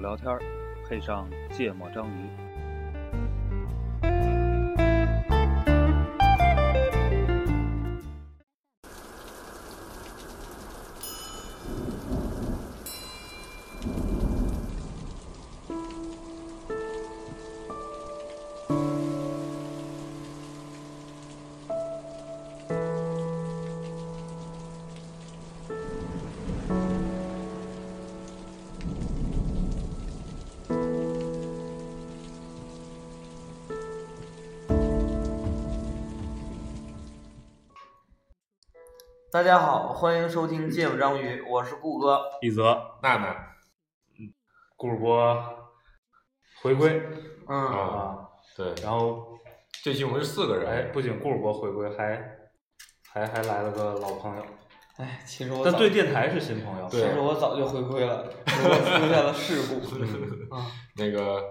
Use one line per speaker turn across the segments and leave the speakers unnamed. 聊天儿，配上芥末章鱼。
大家好，欢迎收听《芥末章鱼》，我是顾哥。
一泽、
娜娜，
顾主播回归
嗯，
啊，
对，
然后
这期我们是四个
哎，
人，
不仅顾主播回归，还还还来了个老朋友，
哎，其实我
但
早
对电台是新朋友。
其
对
实我早就回归了，只不过出现了事 故。啊，
那个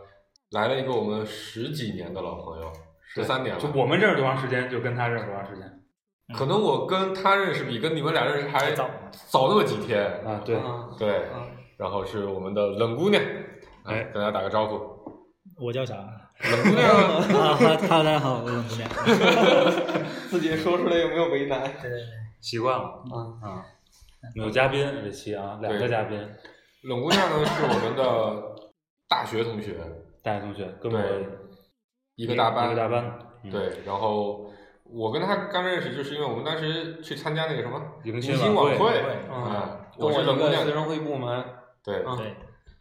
来了一个我们十几年的老朋友，十三年了，
就我们认识多长时间，就跟他认识多长时间
可能我跟他认识比跟你们俩认识还
早
早那么几天，
啊？对，
嗯
对，
嗯
然后是我们的冷姑娘，
哎
哎，跟大家打个招呼，
我叫啥？啊，
冷姑娘，
哈大家好，我
嗯
是梁。
嗯 自己说出来有没有为难？
对对对，
习惯了
嗯，
啊。有嘉宾这期啊，两个
对
嘉宾，
冷姑娘呢是我们的大学同学，
大学同学跟
对
我
一个大班，
一个大，班，嗯，
对，然后我跟他刚认识，就是因为我们当时去参加那个什么
迎
迎
新
新晚
会，
对
啊，
跟
我
我
是
一
冷姑
个
娘
学，生会部门
对
嗯
对，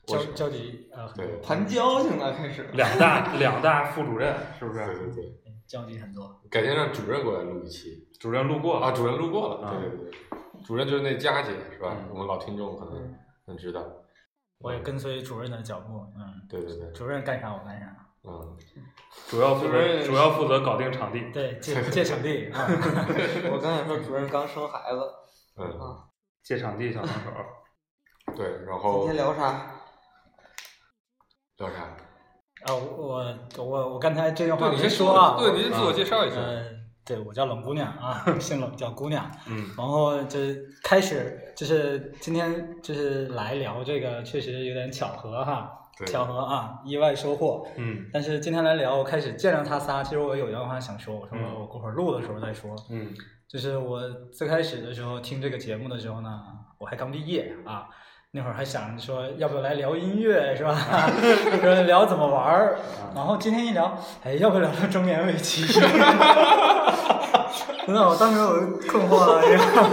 我
交
是
交集啊，很
对
多，
盘交性了，开 始。
两大两大副主任是啊不
对对
是？
对。
交集很多。
改天让主任过来录一期
主任路过
啊，主任录过了，
啊
对对对，主任就是那佳姐是吧？
嗯
我们老听众可
嗯
能能知道，
我
嗯
也跟随主任的脚步，嗯，
对对对，
主任干啥我 干啥。
嗯，
主要
啊
负
主任
责主要负责搞定场地，
对，借 借场地啊，
我刚才说主任刚生孩子，
嗯，
借场地小能手。
对，然
今
后
天聊啥？
聊啥？
啊，我我我我刚才这段话
对，你
没
先
说啊，
对，你先自我介绍一下，
嗯，对我叫冷姑娘 啊，姓冷叫姑娘。
嗯，
然后就开始就是今天就是来聊这个，确实有点巧合哈，
对
巧合啊，意外收获。
嗯
但是今天来聊，我开始见着他仨，其实我有一段话想说，我说
嗯
我过会儿录的时候再说。
嗯
就是我最开始的时候听这个节目的时候呢，我还刚毕业啊，那会儿还想说要不要来聊音乐是吧？ 说聊怎么玩儿，然后今天一聊，哎，要不要聊聊中年危机？ 真的，我当时我就困惑了，然后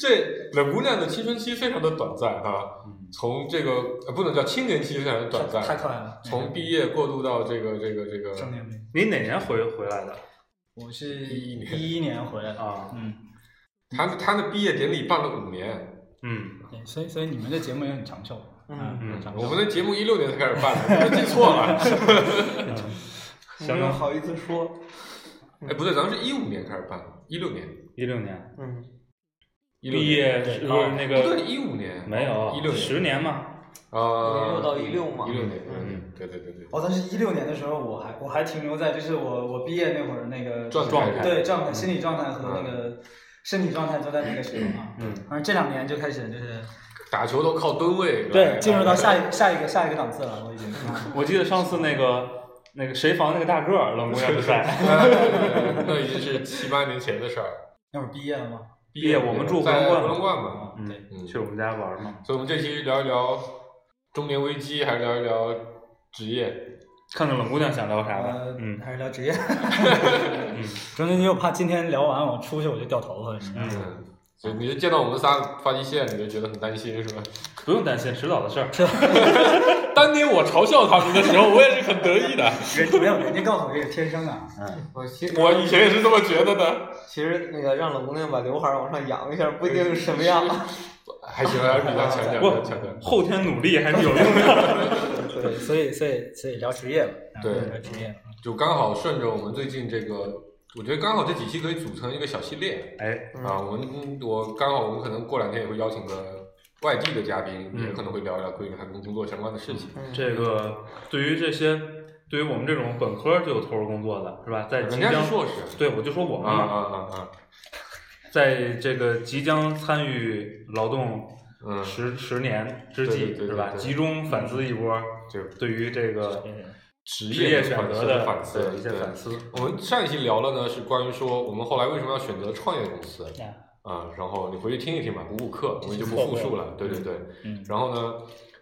这冷姑娘的青春期非常的短暂哈，从这个呃不能叫青年期非常的短
嗯太
暂，
快了，
从毕业过渡到这个这个这
中
个，
年危机。
你哪年回回来的
我是一一年回来的，
啊？
嗯，
她她的毕业典礼办了五年，
嗯，
对所以所以你们这节目也很长寿，啊
嗯
很
嗯
长寿
我们的节目一六年才开始办的，你们记错了，
嗯
呃啊
相
没有
当
好意思说。
哎，不对，咱们是一五年开始办，一六年。
一六年
嗯，
一
毕业是不是那
不哦对，
个
一五年
没有
一六
十年嘛？
啊，
16到16嘛
一六年，
嗯
对对对对，
哦，但是一六年的时候，我还我还停留在就是我我毕业那会儿那个
状态
状态
对状态、心理状态和那个身体状态都在那个时候啊。
嗯，
反正这两年就开始就是
打球都靠吨位，嗯
对进入到 下
一，
一下一个下一个档次了，我已经。
我记得上次那个那个谁防那个大个儿冷姑娘 比赛，
哎对那已经是七八年前的事儿。
那会儿毕业了吗？
毕业我们住
在
回龙观
回龙观嘛，
啊，对，
嗯，
嗯
去我们家玩嘛，
所以我们这期聊一聊中年危机，还是聊一聊职业？
看看冷姑娘想聊啥吧
呃。，
嗯
还是聊职业。
嗯
中间又怕今天聊完我出去我就掉头发，你知道吗？
嗯，
嗯，就你就见到我们仨发际线，你就觉得很担心是吧？
不用担心，迟早的事儿。
当年我嘲笑他们的时候，我也是很得意的，
人没有人家告诉我这是天生的，啊
我其实
我以前也是这么觉得的，
其实那个让冷姑娘把刘海往上扬一下，不一定是什么样。
还行，还是比他强 点，
不
比他强点。
后天努力还是有 用的。
对，所以所以所以聊职业吧，啊
对
聊职业。
就刚好顺着我们最近这个，我觉得刚好这几期可以组成一个小系列
哎，
嗯
啊。我们嗯我刚好我们可能过两天也会邀请个外地的嘉宾，
嗯
也可能会聊一聊关于他跟工作相关的事情。
嗯
这个对于这些，对于我们这种本科就有投入工作的，是吧？在即
人家
将
是硕士，
对，我就说我
啊
们
啊
嘛，
啊啊，
在这个即将参与劳动
嗯，
十十年之
对对
际
对对
是吧？
对
集中反思一波
对
对于这个
职
职业选
选
择
择
的
反思
对一些
对
反思。
我们上一期聊了呢，是关于说我们后来为什么要选择创业公司
啊
啊、然后你回去听一听吧，补补课，我们就不
错
复
过
述了。对
嗯
对对，
嗯
然后呢，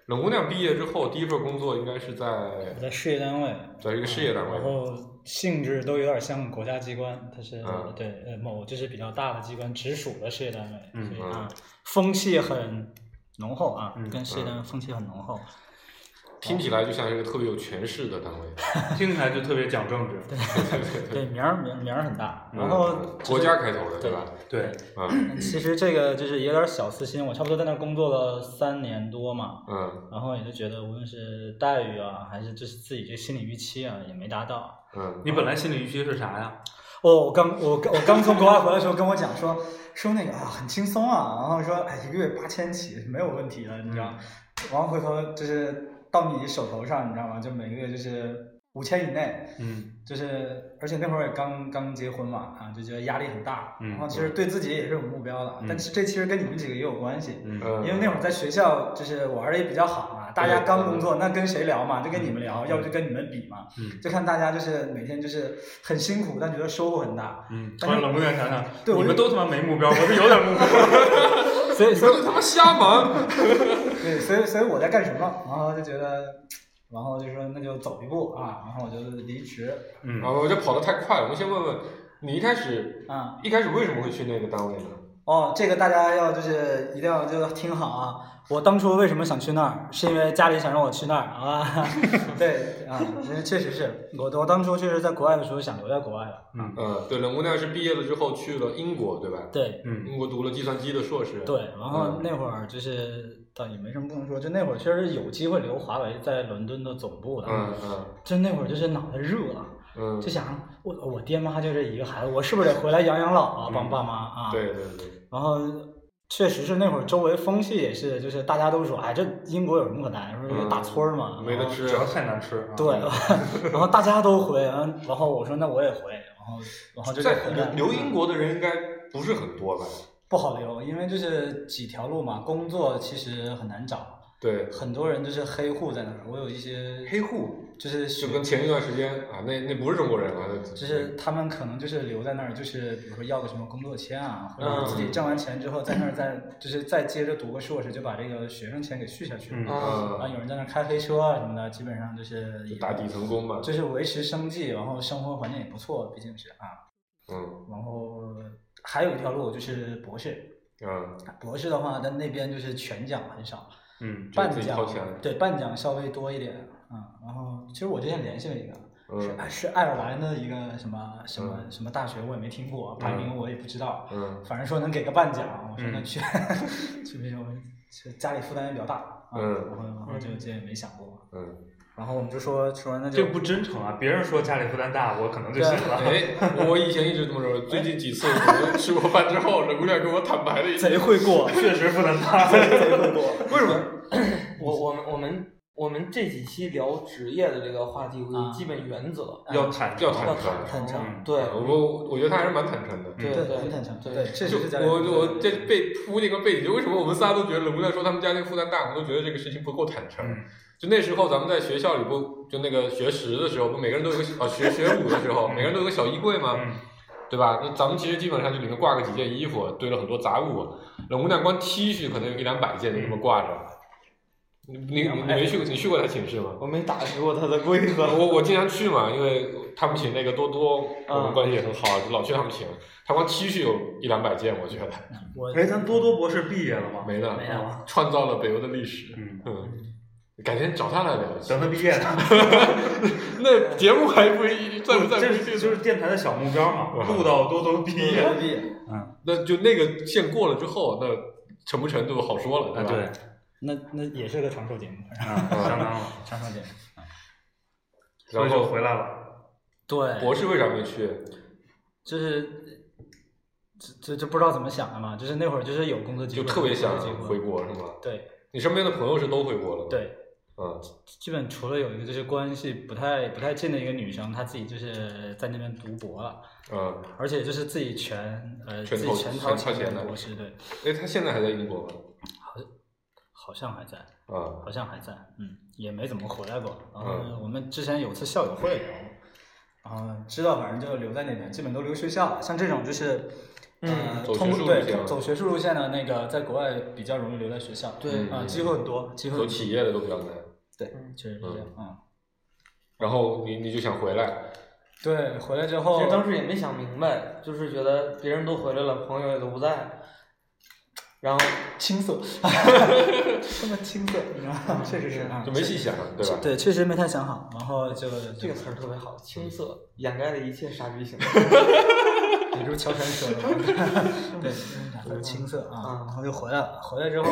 冷姑娘毕业之后第一份工作应该是在
我在事业单位，
在一个事业单
嗯
然
位，
后性质都有点像国家机关，它是、
嗯
对呃某就是比较大的机关直属的事业单位，
嗯
所以
嗯
啊风气很浓厚啊，
嗯
跟事业单位风气很浓厚，
听起来就像是一个特别有权势的单位，
听起来就特别讲政治，
对名儿名儿名儿很大，
嗯
然后、
国家开头的
对
吧？
对，
嗯
其实这个就是也有点小私心，我差不多在那儿工作了三年多嘛，
嗯
然后也就觉得无论是待遇啊，还是就是自己这心理预期啊，也没达到，
嗯，
你本来心理预期是啥呀？
哦，我刚我刚我刚从国外回来的时候跟我讲说说那个啊很轻松啊，然后说哎一个月八千起没有问题的，你
嗯
知道，然后回头就是到你手头上，你知道吗？就每个月就是五千以内，
嗯
就是而且那会儿也刚刚结婚嘛啊，就觉得压力很大，
嗯
然后其实对自己也是有目标的，
嗯
但是这其实跟你们几个也有关系。
嗯
嗯
因为那会儿在学校就是玩的也比较好嘛，大家刚工作，那跟谁聊嘛？就跟你们聊，要不就跟你们比嘛。
嗯
就看大家就是每天就是很辛苦，但觉得收获很大。
嗯，突
但是
然冷不丁想想，
对我
你
就
们都他妈没目标，我是有点目标。
所以
你们都他妈瞎忙，
对，所以所以我在干什么？然后就觉得，然后就说那就走一步啊，然后我就离职
嗯
啊，我这跑得太快了。我们先问问你一开始
啊。
一开始为什么会去那个单位呢？
哦，这个大家要就是一定要就听好啊！我当初为什么想去那儿，是因为家里想让我去那儿啊。对啊，确实是我我当初确实在国外的时候想留在国外了。
嗯
嗯，对，冷姑娘是毕业了之后去了英国，对吧？
对，
嗯
英国读了计算机的硕士。
对，然后
嗯
那会儿就是倒也没什么不能说，就那会儿确实有机会留华为在伦敦的总部的，
嗯嗯
就那会儿就是脑袋热啊，
嗯
就，想我我爹妈就这一个孩子，我是不是得回来养养老啊，
嗯
帮爸妈啊？，
对对对，
然后。确实是那会儿，周围风气也是，就是大家都说，哎，这英国有什么可难？说
嗯
大村儿嘛，
没
然
得嗯
后
吃
主要太难吃啊。
对，然后大家都回，然后然后我说那我也回，然后然后就嗯
在
回来
留英国的人应该不是很多吧？
不好留，因为就是几条路嘛，工作其实很难找，
对，
很多人就是黑户在那儿，我有一些
黑户
就是
就
学
跟前一段时间啊，那那不是中国人了，
就是他们可能就是留在那儿，就是比如说要个什么工作签啊，或
嗯
者自己挣完钱之后在那儿再就是再接着读个硕士，就把这个学生钱给续下去。
嗯
然后
啊，
有人在那儿开黑车啊什么的，基本上就是
就
也
打底层工嘛。
就是维持生计，然后生活环境也不错，毕竟是啊。
嗯
然后还有一条路就是博士，
嗯，
博士的话，但那边就是全奖很少，
嗯
就
半
自己
奖
掏钱
对半奖稍微多一点啊、然后其实我之前联系了一个，是
嗯
是爱尔兰的一个什么什么什么大学，我也没听过，排名我也不知道，
嗯
反正说能给个半奖，我说那
嗯
去 去那种，去家里负担也比较大，啊
嗯
然后然后就这也没想过，
嗯，
然后我们就说说那
这
就
个不真诚啊！别人说家里负担大，我可能就
对
信了。，
哎，我以前一直这么说，最近几次我们吃过饭之后，冷姑娘跟我坦白了一下，
贼会过
确实负担大。
贼会过，
为什么？
我我们我们我们这几期聊职业的这个话题，我有基本原则，
要坦
要
要
坦
坦
诚？
啊坦诚
嗯
对
我我觉得他还是蛮坦诚的。
对
对，
对
很坦诚，
对
对，确
就
实是家里
我
负担
我这被铺那个背景，就为什么我们仨都觉得冷姑娘说他们家那个负担大，我们都觉得这个事情不够坦诚。
嗯
就那时候咱们在学校里不就那个学十的时候，不每个人都有个小啊学学五的时候，每个人都有个小衣柜吗？
嗯
对吧？那咱们其实基本上就里面挂个几件衣服，堆了很多杂物。冷姑娘光 T 恤可能有一两百件就这么挂着。你你你没去过？你去过她寝室吗？
我没打开过他的规格。
我我经常去嘛，因为他们寝那个多多，我们
嗯
关系也很好，就老去他们寝。他光 T 恤有一两百件，我觉得
我
哎，咱多多博士毕业了 吗？
没的，啊
没有
创造了北欧的历史。
嗯，
嗯，改天找他来聊一下。
等他毕业呢。
那节目还不一在不在
这
不
是就是电台的小目标嘛，
嗯
录到多多毕业。
牛逼，
那就那个线过了之后，那成不成就好说了，吧？
啊，对，
那那也是个长寿节目，
啊，相当了，
长寿节目。
所
然
以就
后
回来了。
对，
博士为啥没去？
就是这这这不知道怎么想的嘛，就是那会儿就是有工作机
就
会，
特别想
有工作
回
机会。
国是吗？
对
你身边的朋友是都回国了吗？，
对，
嗯
基本除了有一个就是关系不太不太近的一个女生，她自己就是在那边读博了，
嗯，
而且就是自己全呃
全
自
投
己全掏
全掏钱
的
的
博士，对，
哎，他现在还在英国吗？
好像还在，
啊
好像还在，嗯，也没怎么回来过。然后
嗯
我们之前有次校友会聊，然后知道反正就留在那边，基本都留学校了。像这种就是，呃，
嗯走
通
学术
过
路线
对
了
走学术路线的那个，在国外比较容易留在学校，
对
嗯
啊，机会很多，机会
走企业的都比较难。
对
嗯，
确实是这样，嗯，
然后你你就想回来，
对，回来之
其
后
实当时也没想明白，就是觉得别人都回来了，朋友也都不在，然后
青涩， 这么青涩，你知道吗？确实是啊
就没细想，对吧？
对，确实没太想好，然后就
这个词儿特别好，青涩掩盖了一切傻逼行为。
也就是乔杉说的 嘛，对，很青涩啊，
嗯
然后就回来了。回来之 后，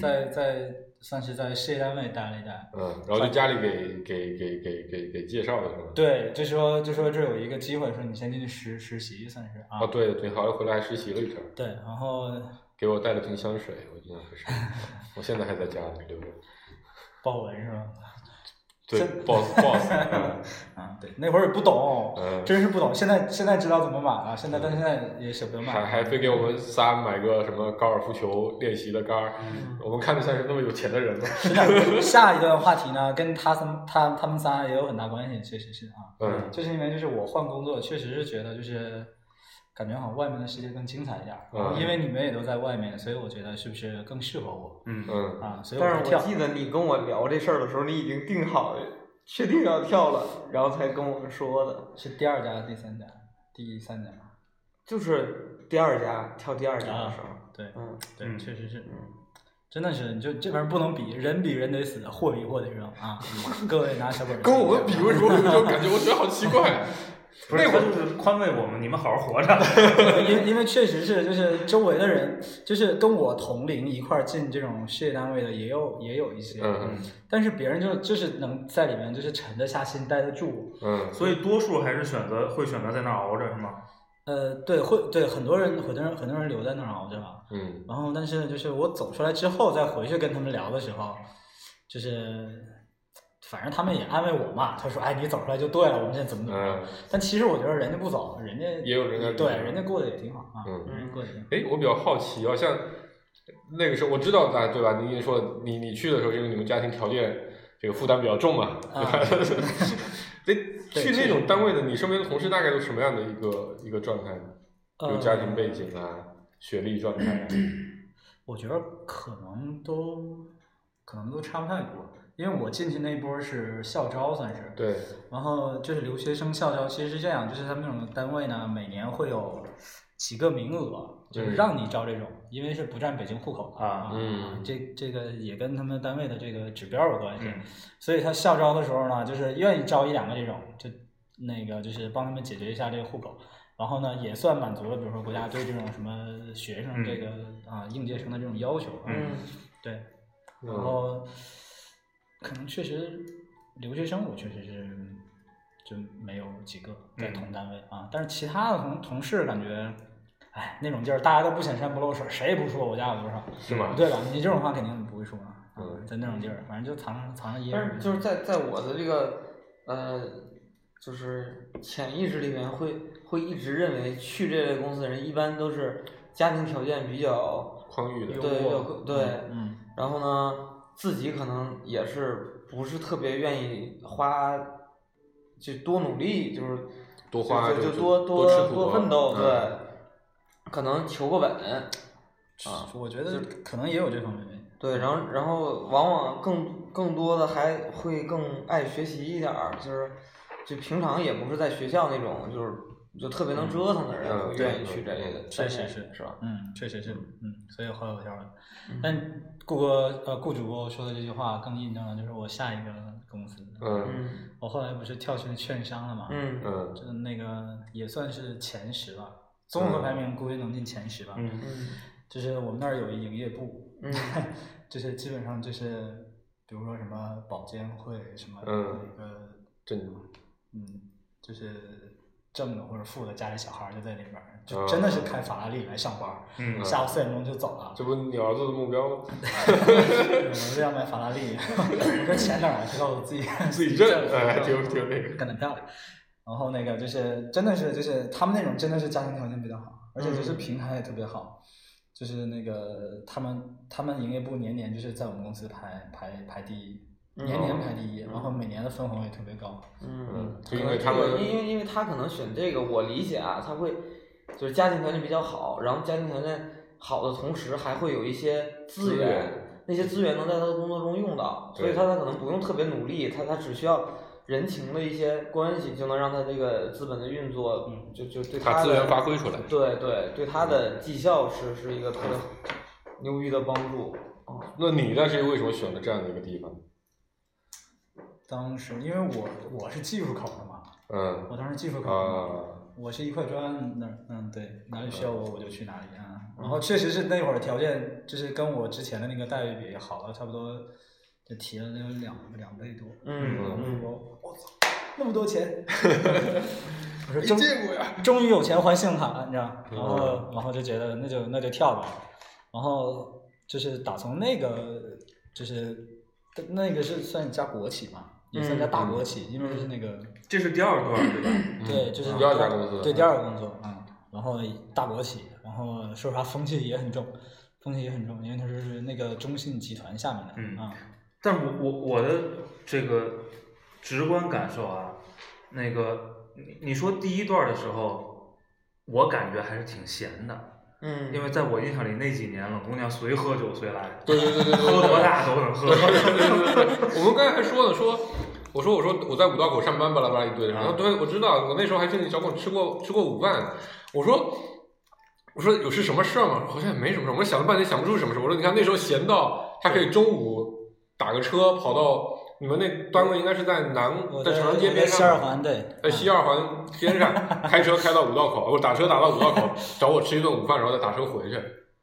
在在算是在事业单位待了一待。
嗯，然后就家里给给给给给给介绍的是吗？
对，就说就说这有一个机会，说你先进去实实习，算是啊
啊，。对对，好像回来还实习了一阵儿，
对，然后
给我带了瓶香水，我印象很深。我现在还在家里留着。
豹纹是吧？
对
真
，boss boss，嗯
啊，对，那会儿也不懂，
嗯
真是不懂。现在现在知道怎么买了，现在但现在也舍不得买。
还还非给我们仨买个什么高尔夫球练习的杆儿，我们看着像是那么有钱的人吗？
是的，下一段话题呢，跟他三他他们仨也有很大关系，确实是啊。
嗯
就是因为就是我换工作，确实是觉得就是感觉好像外面的世界更精彩一点儿。
嗯
因为你们也都在外面，所以我觉得是不是更适合我
嗯
嗯，
啊？ 所以
但
我就是
我
跳。
记得你跟我聊这事儿的时候，你已经定好了，确定要跳了，然后才跟我们说的，
是第二家、第三家、第三家。
就是第二家跳第二家的时候，
对
嗯
对，
嗯
确实是。
嗯，
真的是，你就这玩意儿不能比，人比人得死，货比货得扔啊！各位拿小本儿记一
嗯
下。
跟我们比，为什么会有这种感觉？我觉得好奇怪。
不是，他就是宽慰我们，你们好好活着。
因因为确实是，就是周围的人，就是跟我同龄一块儿进这种事业单位的，也有也有一些，
嗯
但是别人就就是能在里面就是沉得下心，待得住。
嗯
所以多数还是选择会选择在那儿熬着，是吗？
呃，对，会对很多人，很多人，很多人留在那儿熬着啊。
嗯
然后，但是就是我走出来之后，再回去跟他们聊的时候，就是反正他们也安慰我嘛，他说：“哎，你走出来就对了，我们现在怎么怎么样。
嗯
但其实我觉得人家不走，人家
也有人家
对，人家过得也挺好啊，
嗯。
人家过得也挺好。
哎，我比较好奇啊，像那个时候我知道咱对吧？你也说你你去的时候，因为你们家庭条件这个负担比较重嘛，对吧？
啊
哎，去那种单位的，你身边的同事大概都什么样的一个一个状态呢？有家庭背景啊，学历状态啊，
我觉得可能都可能都差不太多，因为我进去那一波是校招，算是
对，
然后就是留学生校招，其实是这样，就是他们那种单位呢，每年会有几个名额，就是让你招这种，因为是不占北京户口的
嗯啊
嗯
这这个也跟他们单位的这个指标有关系，
嗯
所以他校招的时候呢，就是愿意招一两个这种，就那个就是帮他们解决一下这个户口。然后呢，也算满足了，比如说国家对这种什么学生
嗯
这个、啊应届生的这种要求啊，
嗯
对，然
嗯
后可能确实留学生，我确实是就没有几个在同单位啊，但是其他的同同事感觉，哎，那种劲儿大家都不显山不露水，谁也不说我家有多少，
是吗？
对吧？你这种话肯定不会说啊，
嗯
在那种地儿，反正就藏着藏着掖
但
着，
是就是在在我的这个呃，就是潜意识里面会会一直认为去这类公司的人一般都是家庭条件比较
宽裕的，
对有对，
嗯
然后呢，自己可能也是不是特别愿意花，就多努力，就是
多花
就
就
就
就
多
多吃苦
奋斗，
嗯
对，可能求个稳，啊
我觉得可能也有这方面原因，
对，然后然后往往更更多的还会更爱学习一点儿，就是就平常也不是在学校那种就是就特别能折腾的人，
嗯
会
嗯
愿意
嗯
去这类的
确
单位，
实是
是吧？
嗯，确实是，嗯，所以后来我跳了。
嗯
但顾哥呃顾主播说的这句话更印证了，就是我下一个公司，
嗯
嗯
我后来不是跳去券商了嘛，
嗯
嗯
就是那个也算是前十吧，综合排名估计能进前十吧。
嗯
嗯
就是我们那儿有一营业部，
嗯
就是基本上就是比如说什么保监会什么
嗯
那个
真
嗯，就是挣的或者富的家里小孩儿就在里边儿，
嗯
就真的是开法拉利来上班儿，
嗯
下午四点钟就 走了。
这不你儿子的目标吗？
我是要买法拉利，我这钱哪儿来？知道我自己
自己挣，哎，
哎，
挺挺那个，
干得漂亮。然后那个嗯就是真的是就是他们那种真的是家庭条件比较好，而且就是平台也特别好，就是那个他们他们营业部年年就是在我们公司排排排第一，
嗯
年年排第一，
嗯
然后每年的分红也特别高。
嗯，
嗯，
可
就因
能
为
这
他
个
们
因因为因为他可能选这个，我理解啊，他会就是家庭条件比较好，然后家庭条件好的同时还会有一些资
资
源，
源
那些资源能在他的工作中用到，所以
对
他他可能不用特别努力，他他只需要人情的一些关系就能让他这个资本的运作，
嗯
就就对
把
的
资源发挥出来。
对对对他的绩效是是一个特别牛逼的帮助。啊
那你当时为什么选了这样的一个地方？
当时因为我我是技术考的嘛，
嗯
我当时技术考的 嘛，
啊，
我是一块砖那儿嗯对，哪里需要我我就去哪里啊。然后确实是那会儿条件就是跟我之前的那个待遇比好了差不多，就提了得有两两倍多。
嗯
我
嗯
说我操，那么多钱！ 我说
没
终
见过呀。
终于有钱还信用卡了，你知道吗？
嗯
然后然后就觉得那就那就跳吧，然后就是打从那个就是那个是算一家国企嘛，也算一家大国企，因为是那个
这是第二段对吧？
对，就是
嗯第二家公司。
对第二个工作啊、嗯然后大国企，然后说实话风气也很重，风气也很重，因为它是那个中信集团下面的，
嗯
啊、
但我我我的这个直观感受啊，那个你你说第一段的时候，我感觉还是挺闲的，
嗯，
因为在我印象里那几年冷姑娘随喝酒随来，
对对对 对对对
喝多大都 能喝。
我们刚才还说呢，说我说我说我在五道口上班，巴拉巴拉一堆的。然
嗯
后对，我知道，我那时候还跟你小狗吃过吃过午饭。我说我说有是什么事儿吗？好像也没什么事儿。我想了半天想不出什么事儿。我说你看那时候闲到他可以中午打个车跑到你们那单位应该是在南
我
在
在
长安街边
西
上
二
吧。
环对，
在呃西二环边 上开车开到五道口，我打车打到五道口，找我吃一顿午饭，然后再打车回去。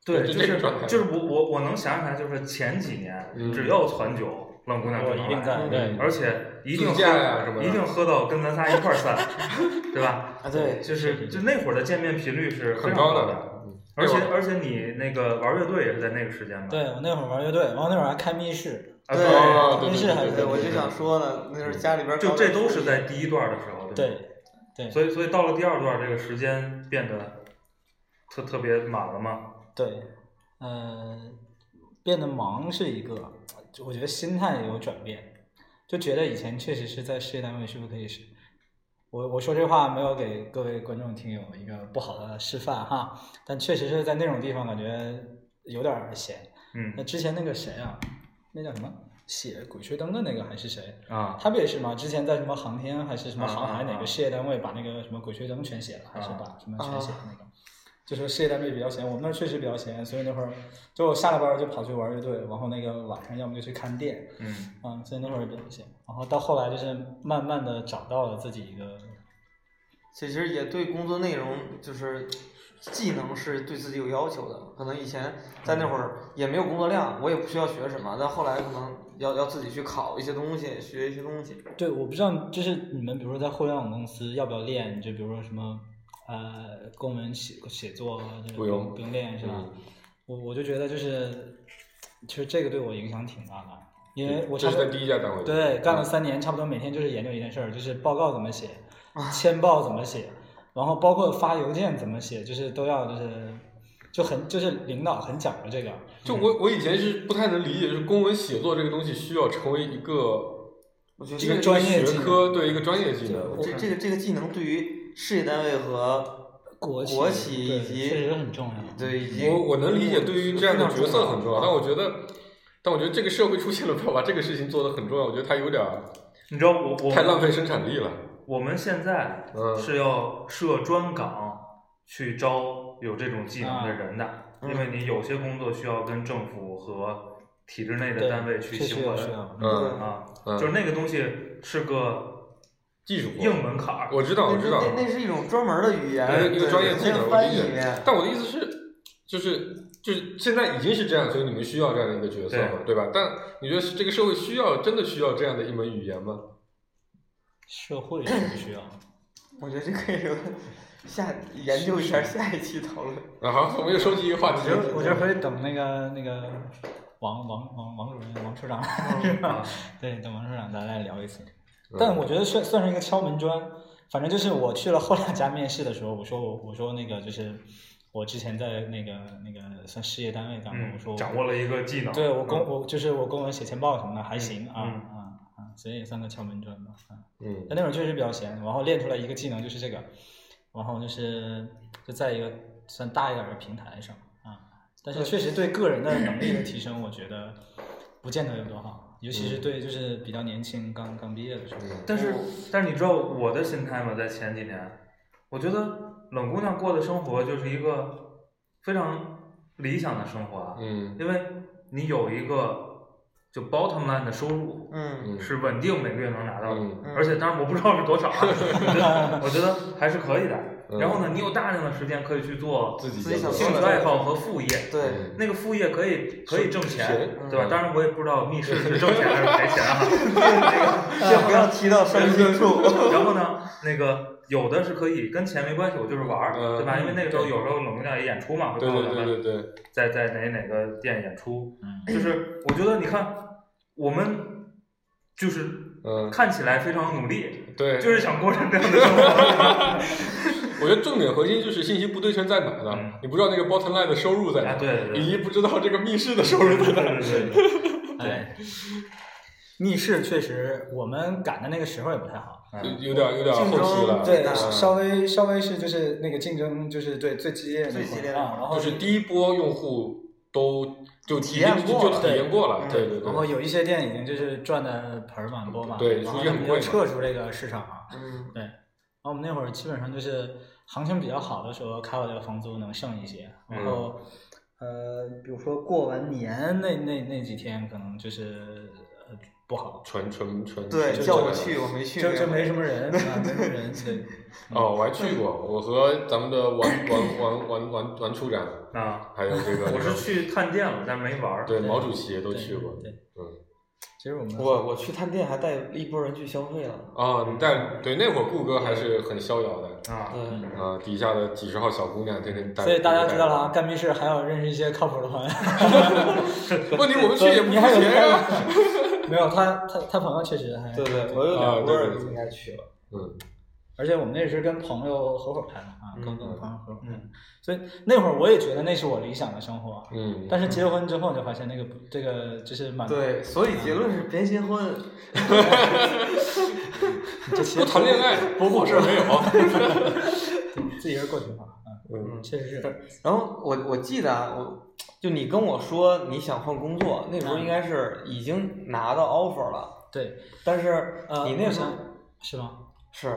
对，
就
就
这个
是
状态
就是我我我能想起来，就是前几年、
嗯
只要传酒，冷姑娘就
我
能
一定
来
在对。
而且一定
自
喝
驾呀什么的
一定喝到跟咱仨一块儿散， 对吧？
啊对，
就是就那会儿的见面频率是非
很
常
高
的，
的，嗯
而且而且你那个玩乐队也是在那个时间吧？
嗯对我那会儿玩乐队，然后那会儿还开密室，
啊，
对
哦对
密
对
室还
对
是
对，我就想说呢，那时候家里边儿
就
搞
这
点
都是
事
在
情
第一段的时
嗯
候，吧
对对
所以所以到了第二段，这个时间变得特特别满了嘛。
对，呃，变得忙是一个，就我觉得心态也有转变，就觉得以前确实是在事业单位是不是可以是，我我说这话没有给各位观众听友一个不好的示范哈，但确实是在那种地方感觉有点儿闲。那
嗯
之前那个谁啊，那叫什么写《鬼吹灯》的那个还是谁？
啊，
他不也是吗？之前在什么航天还是什么
啊
航海
啊
哪
啊
个事业单位把那个什么《鬼吹灯》全写了，还是
啊
把什么全写了那个？就说事业单位比较闲，我们那儿确实比较闲，所以那会儿就我下了班儿就跑去玩乐队，然后那个晚上要么就去看店，
嗯
啊、所以那会儿比较闲。然后到后来就是慢慢的找到了自己一个，
其实也对工作内容就是技能是对自己有要求的。可能以前在那会儿也没有工作量，我也不需要学什么，但后来可能要要自己去考一些东西，学一些东西。
对，我不知道就是你们比如说在互联网公司要不要练，就比如说什么呃公文写写作啊，这种
不用
不用练是吧？
嗯
我我就觉得就是，其实这个对我影响挺大的，因为我
这
差
是在
不多
第一嗯家单位。
对干了三年，差不多每天就是研究一件事儿，就是报告怎么写，
啊
签报怎么写，然后包括发邮件怎么写，就是都要就是就很就是领导很讲究这个，
就我我以前是不太能理解，就是公文写作这个东西需要成为一个
我觉得
一
这
个
个
专业技
学
能
科，对一个专业技能。
这这个这个技能对于事业单位和
国企
国企
对
以及
确实很重要。
对以及
我我能理解，对于这样的角色很重要，但
要。
我觉得，但我觉得这个社会出现了不要把这个事情做得很重要，我觉得它有点儿
你知道我我
太浪费生产力了。
我们现在
嗯
是要设专岗去招有这种技能
啊
的人的，
嗯
因为你有些工作需要跟政府和体制内的
对
单位去
确实
行
有
文
需要
嗯
啊，
嗯，
就是那个东西是个
技术活
硬门槛儿。
我知道，我知道。
那那那是一种专门的语
对
言，
一个专业技能
对
我
翻
理
译
解
里面。
但我的意思是，就是就是现在已经是这样，所以你们需要这样的一个角色嘛，对吧？但你觉得这个社会需要真的需要这样的一门语言吗？
社会需不需要？
我觉得这可以留下研究一下下一期讨论。
啊，好，我们又收集一个话题
我觉。得我觉得可以等那个那个王王王王主任王处长，
啊，
对，等王处长咱来聊一次。
嗯
但我觉得算算是一个敲门砖，反正就是我去了后两家面试的时候，我说我我说那个就是。我之前在那个那个算事业单位干过，我说
嗯，
我
掌握了一个技能，
对我公、
嗯
我就是我公文写钱报什么的还行啊
嗯
啊啊，所以也算个敲门砖吧啊。
嗯
但那会儿确实比较闲，然后练出来一个技能就是这个，然后就是就在一个算大一点的平台上啊，但是确实对个人的能力的提升，我觉得不见得有多好，尤其是对就是比较年轻刚刚毕业的时候，
嗯
但是但是你知道我的心态吗？在前几年，我觉得冷姑娘过的生活就是一个非常理想的生活啊，
嗯
因为你有一个就 bottom line 的收入
嗯
嗯
是稳定每个月能拿到的，
嗯
嗯
而且当然我不知道是多少啊，我觉得我觉得还是可以的。
嗯
然后呢，你有大量的时间可以去做
自己
自己
就
想
是
做
兴趣爱好和副业，
对，
那个副业可以可以挣钱
是，
对吧？
嗯
当然我也不知道密室是挣钱还是赔钱啊。
先不要提到伤心处。
然后呢，那个有的是可以跟钱没关系，我就是玩儿，
嗯
对吧？因为那个时候有时候冷姑娘也演出嘛，会
对
帮我
对
们
对对对，
在在哪哪个店演出，
嗯，
就是我觉得你看我们就是
嗯
看起来非常努力，
对，
就是想过上这样的 生活。
我觉得重点核心就是信息不对称在哪儿
嗯
呢？你不知道那个 bottom line 的收入在哪
啊，
儿，
对对对，
你也不知道这个密室的收入在哪儿。
对对对对，
哎，密室确实我们赶的那个时候也不太好。
嗯
有点有点后期了，啊
对，
嗯
稍微稍微是就是那个竞争就是对最激烈的那
最
会儿
激烈的
啊，然后
就是第一波用户都就
体验过
就
了
体验过了，对对
然后
对，
有一些店已经就是赚的盆儿满钵满，
对
然
出
后
现
他们
贵
就
嘛
撤出这个市场啊。
嗯
对，然后我们那会儿基本上就是行情比较好的时候，cover 掉房租能剩一些，然后、
嗯
呃，比如说过完年那那那几天可能就是呃不好，
纯纯纯
对，
纯
叫
这
我
个
去，我没去。
就就没什么人，啊，没什么人，对，
哦，我还去过，我和咱们的玩玩玩玩玩玩处长，
啊，
还有这个
我是去探店了，但是没玩儿。
对毛主席 都
对
去过，
对，
嗯，
其实我们
我我去探店还带一波人去消费了。
哦，你在对那会儿顾哥还是很逍遥的
啊，
对，
啊，底下的几十号小姑娘天天带，
所以大家知道了啊，干密室还要认识一些靠谱的朋友。
问题我 们去也不
你还
付
有
钱啊，
没有他他他朋友确实还
对嗯对，我有
啊
两波
对对
人
对
应该去了。
嗯
而且我们那是跟朋友合伙拍的啊，跟
嗯
跟朋友合伙拍的
嗯
所以那会儿我也觉得那是我理想的生活，啊
嗯，
但是结了婚之后就发现那个不这个就是蛮
对，所以结论是别结婚。
这其
不
实
谈恋爱，不过是没有，
自己人过挺好啊，
嗯
确实是
然后我我记得啊，我就你跟我说你想换工作，那时候应该是已经拿到 offer 了，
对。
但是
呃，
你那
我
时候
想是吗？
是，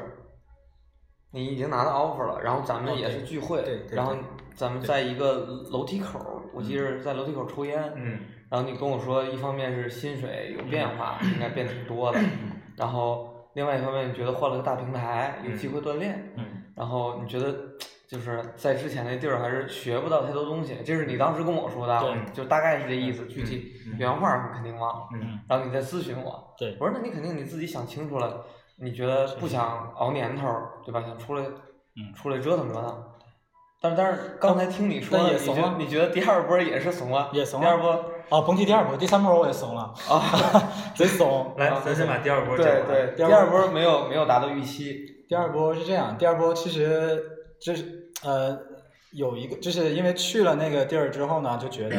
你已经拿到 offer 了，然后咱们
哦
也
对
是聚会，
对对对嗯
然后咱们在一个楼梯口儿，我记着在楼梯口儿抽烟，
嗯，
然后你跟我说，一方面是薪水
嗯
有变化，应该变挺多的，然后另外一方面你觉得换了个大平台，有机会锻炼，
嗯，
然后你觉得就是在之前那地儿还是学不到太多东西，这是你当时跟我说的啊，
对
就大概是这意思，具体原话儿我肯定忘了。
嗯，
然后你再咨询我，
对
我说那你肯定你自己想清楚了，你觉得不想熬年头儿，对吧？想出来，
嗯
出来折腾折腾。但是但是刚才听你说，
但也
你觉
怂啊
你觉得第二波也是怂啊？
也怂
第
啊
二波
哦，甭提第二波，第三波我也怂了，
啊，
贼怂。
来，
啊
咱先把第二波讲
对
完。
对，
第
第
二
二波没有没有达到预期，
第二波是这样，第二波其实就是呃有一个，就是因为去了那个地儿之后呢，就 觉得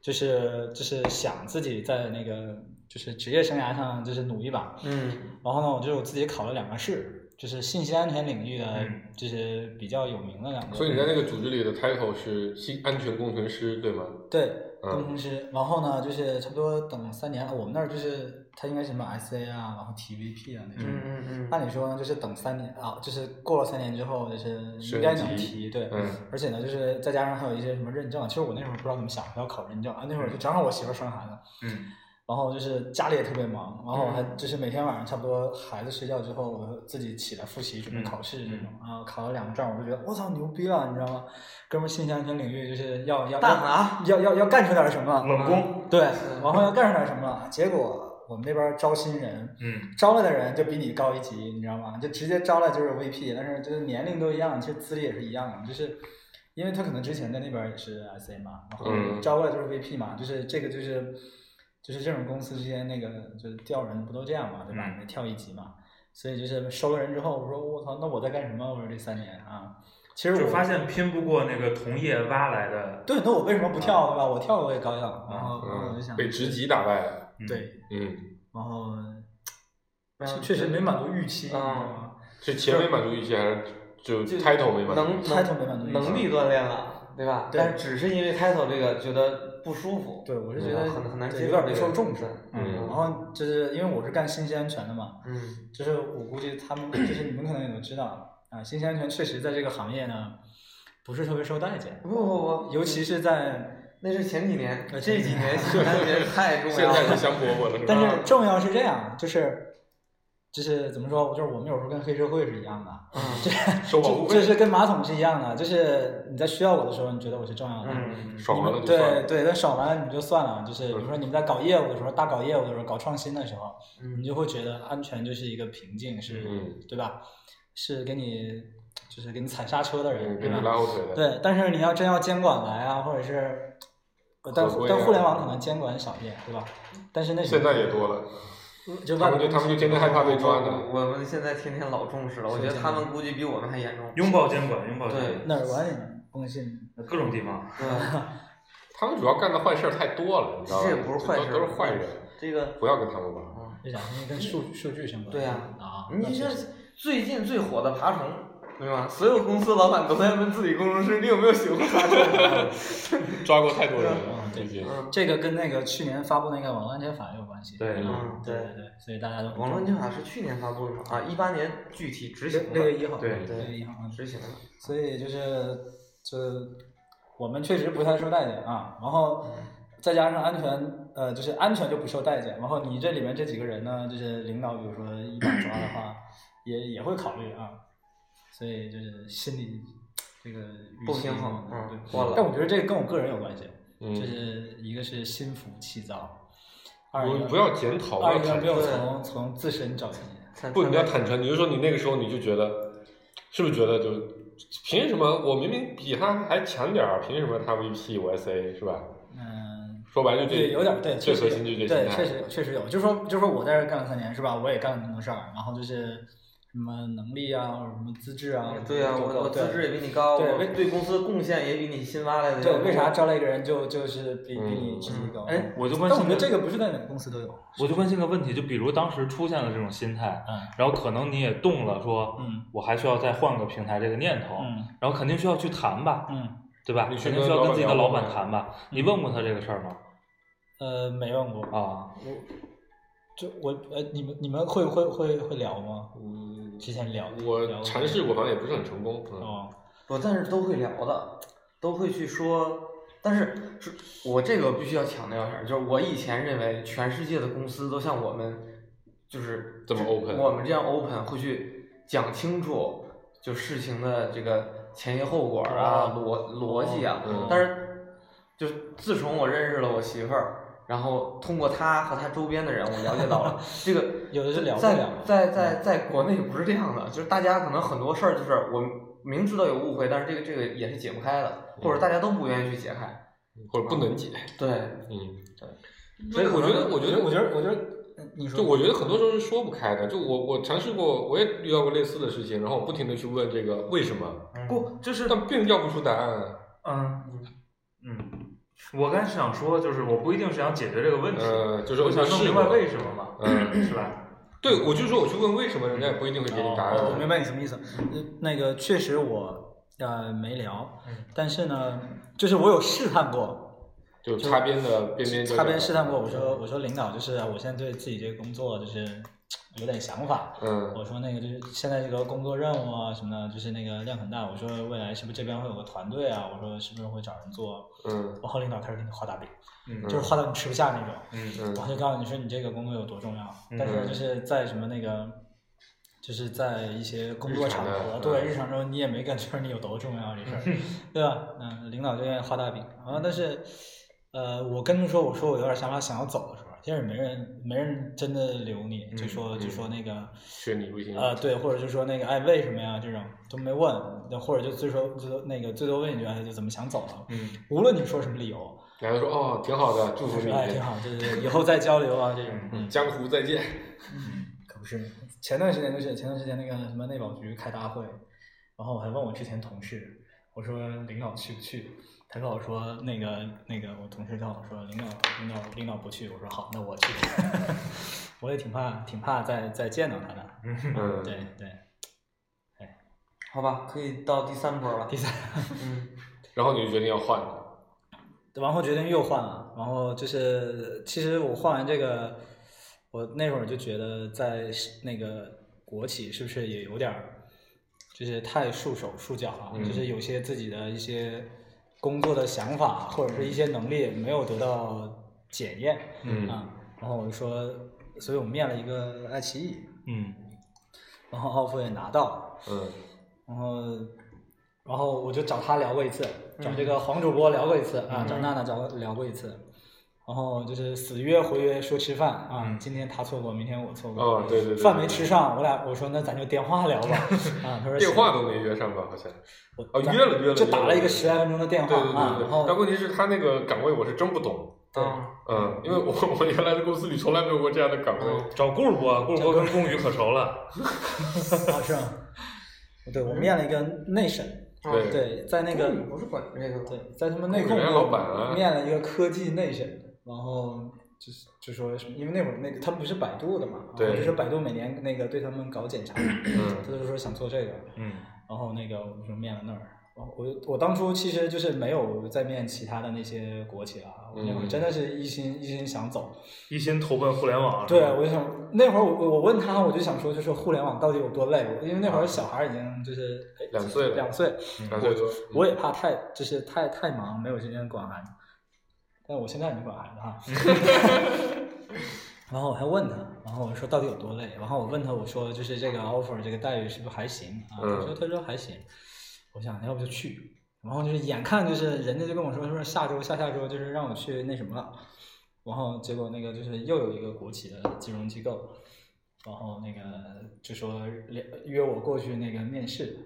就是就是想自己在那个就是职业生涯上就是努一把，
嗯
然后呢，我就我自己考了两个试，就是信息安全领域的
嗯，
就是比较有名的两 个。
所以你在那个组织里的 title 是新安全工程师对吗？
对，
嗯
工程师，然后呢，就是差不多等三年，我们那儿就是他应该是什么 SA 啊，然后 TVP 啊那种。
嗯嗯嗯，
按理说呢，就是等三年啊，就是过了三年之后，就是
升
应该能
级
提对，
嗯
而且呢，就是再加上还有一些什么认证，其实我那时候不知道怎么想，要考认证啊，那会儿就正好我媳妇儿生孩子，
嗯
然后就是家里也特别忙，然后我还
嗯
就是每天晚上差不多孩子睡觉之后，我自己起来复习准备考试这种
嗯
啊，考了两个证，我就觉得我操牛逼了，你知道吗？哥们儿，信息安全领域就是啊要要
大拿
要要要干出点什么，
冷宫，
对，然后要干出点什么，结果我们那边招新人，
嗯
招来的人就比你高一级，你知道吗？就直接招来就是 VP，但是就是年龄都一样，其实资历也是一样的，就是因为他可能之前在那边也是 SA 嘛，然后
嗯
招过来就是 VP 嘛，就是这个就是就是这种公司之间那个就是调人不都这样嘛，对吧？
嗯
你跳一级嘛，所以就是收了人之后，我说我操，那我在干什么？我说这三年啊，其实
嗯就
我
发现拼不过那个同业挖来的，
对，那我为什么不跳对吧？我跳了我也高兴，然后然后我
啊
就
嗯，
想，
被直击打败了，
嗯，
对，
嗯，
然后
嗯
确实没满足预
嗯
期，你知道吗
是钱没满足预期，还是就
就
title 没满足
能
预期？
title 没满足预期
能力锻炼了，对吧？
对
但只是因为 title 这个觉得不舒服，
对，我是觉
吧
得
嗯很很难
对
接
有
受
点不
这
受
个
重视。
嗯
然后就是因为我是干信息安全的嘛，
嗯
就是我估计他们，就是你们可能也都知道啊，信息安全确实在这个行业呢不是特别受待见，
不不不，
尤其是在，
那是前几年，
啊
呃
这几 年现在年太重
现
要
在是
了。
香饽饽了，是吧？
但
啊
是重要是这样，就是就是怎么说，就是我们有时候跟黑社会是一样的，
嗯
收保护
就
费，
是跟马桶是一样的，就是你在需要我的时候，你觉得我是重要的。
嗯
爽完了就算
对
了。
对，但爽完了你就算了，就是比如说你们在搞业务的时候，大搞业务的时候，搞创新的时候，
嗯
你就会觉得安全就是一个瓶颈，是，
嗯
对吧？是给你就是给你踩刹车的人，
嗯，给
对
你
吧？
拉后腿的。
对，但是你要真要监管来啊，或者是，呃但
合规啊
但互联网可能监管少一点，对吧？但是那
现在也多了，
也就
他
外
们
国嗯
就他们就天天害怕被抓呢。
我们现在天天老重视了，我觉得他们估计比我们还严重。
拥抱监管，拥抱监
对
管，
哪儿管你工信？
各种地方，
对，
他们主要干的坏事儿太多了，你知道
嗯
吧？
这也不是坏事
都都是坏人，
这个，
不要跟他们玩。
嗯
就讲因为跟数数据相关。
对呀
啊，那
你
确
这
实
最近最火的爬虫，对吧？所有公司老板都在问自己工程师，你有没有喜欢爬虫？
抓过太多人了
嗯，对
最近。
嗯，
这个跟那个去年发布那个网络安全法也有关系。
对
嗯
嗯
对对对，所以大家都
网络安全法是去年发布的吗？啊，一八年具体执行
六月
的，
一号，
对
六月一号，嗯
执行的。
所以就是就我们确实不太受待见啊，然
嗯
后再加上安全，呃，就是安全就不受待见。然后你这里面这几个人呢，就是领导，比如说一把抓的话，也也会考虑啊，所以就是心里这个预期
不平衡嗯
对
过了
但我觉得这个跟我个人有关系，
嗯
就是一个是心浮气躁，二一
我
个
不要检讨，不
二
要
一个
坦
没有
对
从从自身找原因。
不，你要坦诚，你就说你那个时候你就觉得，是不是觉得就凭什么我明明比他还强点儿，凭什么他 VP 我 SA 是吧？
嗯，
说白了就这
对，有点儿对，
最
确实
核
有
心就是这心
对，
态
确实确实有，就是说就是说我在这儿干了三年是吧？我也干了很多事儿，然后就是什么能力啊，或者什么资质啊，
嗯对呀、
都
我我
都对
资质也比你高，
对
我
为
对公司贡献也比啊你新挖来的要
对，
多
为啥招来一个人就就是比比你
嗯
职级高？
哎我就关
但
心
我觉得
个
这个不是在哪个公司都有，
我就关心个问题，就比如当时出现了这种心态，
嗯
然后可能你也动了说，
嗯
我还需要再换个平台这个念头，
嗯
然后肯定需要去谈吧，
嗯，
对吧？
你去
肯定
跟
需要
老
跟
板
自己的
聊
老
过
板
吗
谈吧。你问过他这个事儿吗？
呃，没问过，
啊，
就我呃，你们你们会会会会聊吗？
嗯，
之前聊过聊
我
过
尝试过，好像也不是很成功。嗯，
哦，
不，但是都会聊的，都会去说。但是是我这个必须要强调一下，就是我以前认为全世界的公司都像我们，就是
这么 open
我们这样 open 会去讲清楚就事情的这个前因后果啊、逻逻辑啊。
哦嗯
但是就是自从我认识了我媳妇儿，然后通过她和她周边的人，我了解到了 这个
有的是聊不
在
了
在在在国内不是这样的，就是大家可能很多事儿就是我明知道有误会，但是这个这个也是解不开的，或者大家都不愿意去解开。
或者不能解。
哦
对，
嗯，
对
所以我觉得，我觉得，
我觉得我觉得嗯你说
就我觉得很多时候是说不开的。就我我尝试过，我也遇到过类似的事情，然后我不停的去问这个为什么，
嗯
不，这是
但并要不出答案。
嗯嗯，我刚才想说，就是我不一定是想解决这个问题，
呃，就是
我想弄
试
明白
过
为什么嘛，
嗯
是吧？
对，我就说我去问为什么，人家也不一定会给你答案。
哦我明白你什么意思。呃那个确实我呃没聊，
嗯
但是呢，就是我有试探过，
就擦边的边边就
擦边试探过。我说我说领导，就是我现在对自己这个工作就是有点想法。
嗯
我说那个就是现在这个工作任务啊什么的，就是那个量很大。我说未来是不是这边会有个团队啊？我说是不是会找人做？
嗯
然后领导开始给你画大饼，
嗯
就是画到你吃不下那种。
嗯
嗯
然后就告诉你说你这个工作有多重要，
嗯
但是就是在什么那个，就是在一些工作场
日常
合，
的
对
嗯
日常中你也没感觉你有多重要这事儿， 对吧？嗯，领导就愿意画大饼，然后但是，呃，我跟他说我说我有点想法想要走的时候，其实没人没人真的留你，
嗯
就说就说那个。
学你微信
啊、对，或者就说那个，哎，为什么呀？这种都没问，那或者就最说最多那个最多问一句，哎，就怎么想走了？
嗯
无论你说什么理由，
然后说哦，挺好的，祝
就
福
是
你，
哎，挺好，对对对，以后再交流啊，这种。嗯
江湖再见。
可不是，前段时间就是前段时间那个什么内保局开大会，然后我还问我之前同事，我说领导去不去？他跟我说那个那个我同事告诉我说领导领导领导不去，我说好，那我去。 我也挺怕挺怕再再见到他的。
嗯，
对对，
好吧，可以到第三波了
第。三，
嗯，
然后你就决定要换，
然后决定又换了，然后就是其实我换完这个，我那会儿就觉得在那个国企是不是也有点儿，就是太束手束脚了，
嗯
就是有些自己的一些工作的想法或者是一些能力没有得到检验、
嗯
啊，然后我就说，所以我面了一个爱奇艺，
嗯，
然后 offer 也拿到了，
嗯
然后，然后我就找他聊过一次，找这个黄主播聊过一次、啊，找娜娜找聊过一次，然后就是死约活约说吃饭啊，
嗯
今天他错过，明天我错过，
哦，对对对，对
饭没吃，上，我俩我说那咱就电话聊 吧啊，他说
电话
行
都没约上吧？好像，
我
哦约了约了
就
约
打
了
了一个十来分钟的电
对
话
对对
啊，
对
然
对，但
后
问题是，他那个岗位我是真不懂，
啊，
嗯，因为我我原来的公司里从来没有过这样的岗位，
嗯找顾儿播，顾儿播跟龚宇可熟了，
啊是吗？对我
嗯
面了一个内审，
对
对，在那个
你不是管这个的。
对，在他们内控
人家老板啊
面了一个科技内审，然后就是就说什么，因为那会儿那个他们不是百度的嘛，
对
然后就是百度每年那个对他们搞检查，
嗯
他就说想做这个，
嗯
然后那个我就面了那儿。然后我我当初其实就是没有再面其他的那些国企了，啊我那会儿
嗯
真的是一心一心想走。
一心投奔互联网，
对，啊
啊
我就想那会儿我我问他，我就想说，就是互联网到底有多累？我因为那会儿小孩已经就是哎
两岁了
两岁，
两岁多，
我也怕太就是太太忙，没有时间管孩子。但我现在没管孩子哈。然后我还问他，然后我说到底有多累？然后我问他，我说就是这个 offer 这个待遇是不是还行啊？
嗯
他说他说还行。我想要不就去。然后就是眼看就是人家就跟我说说下周下下周就是让我去那什么了，然后结果那个就是又有一个国企的金融机构，然后那个就说连约我过去那个面试，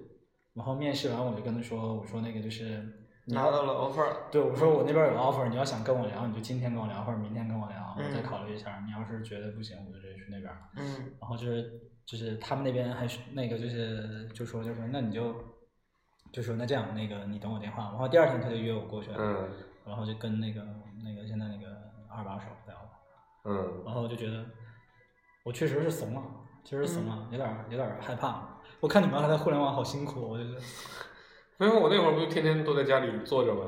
然后面试完我就跟他说，我说那个就是你
拿
要
到了 offer 了。
对我说我那边有 offer，你要想跟我聊，你就今天跟我聊，或者明天跟我聊，
嗯
我再考虑一下。你要是觉得不行，我就直接去那边。
嗯
然后就是就是他们那边还是那个就是就说就说那你就就说那这样那个你等我电话。然后第二天他就约我过去了，
嗯
然后就跟那个那个现在那个二把手聊了。
嗯
然后我就觉得我确实是怂了，确实怂了，有点儿有点儿害怕了。我看你们还在互联网好辛苦，我就觉得
没有，我那会儿不就天天都在家里坐着吗？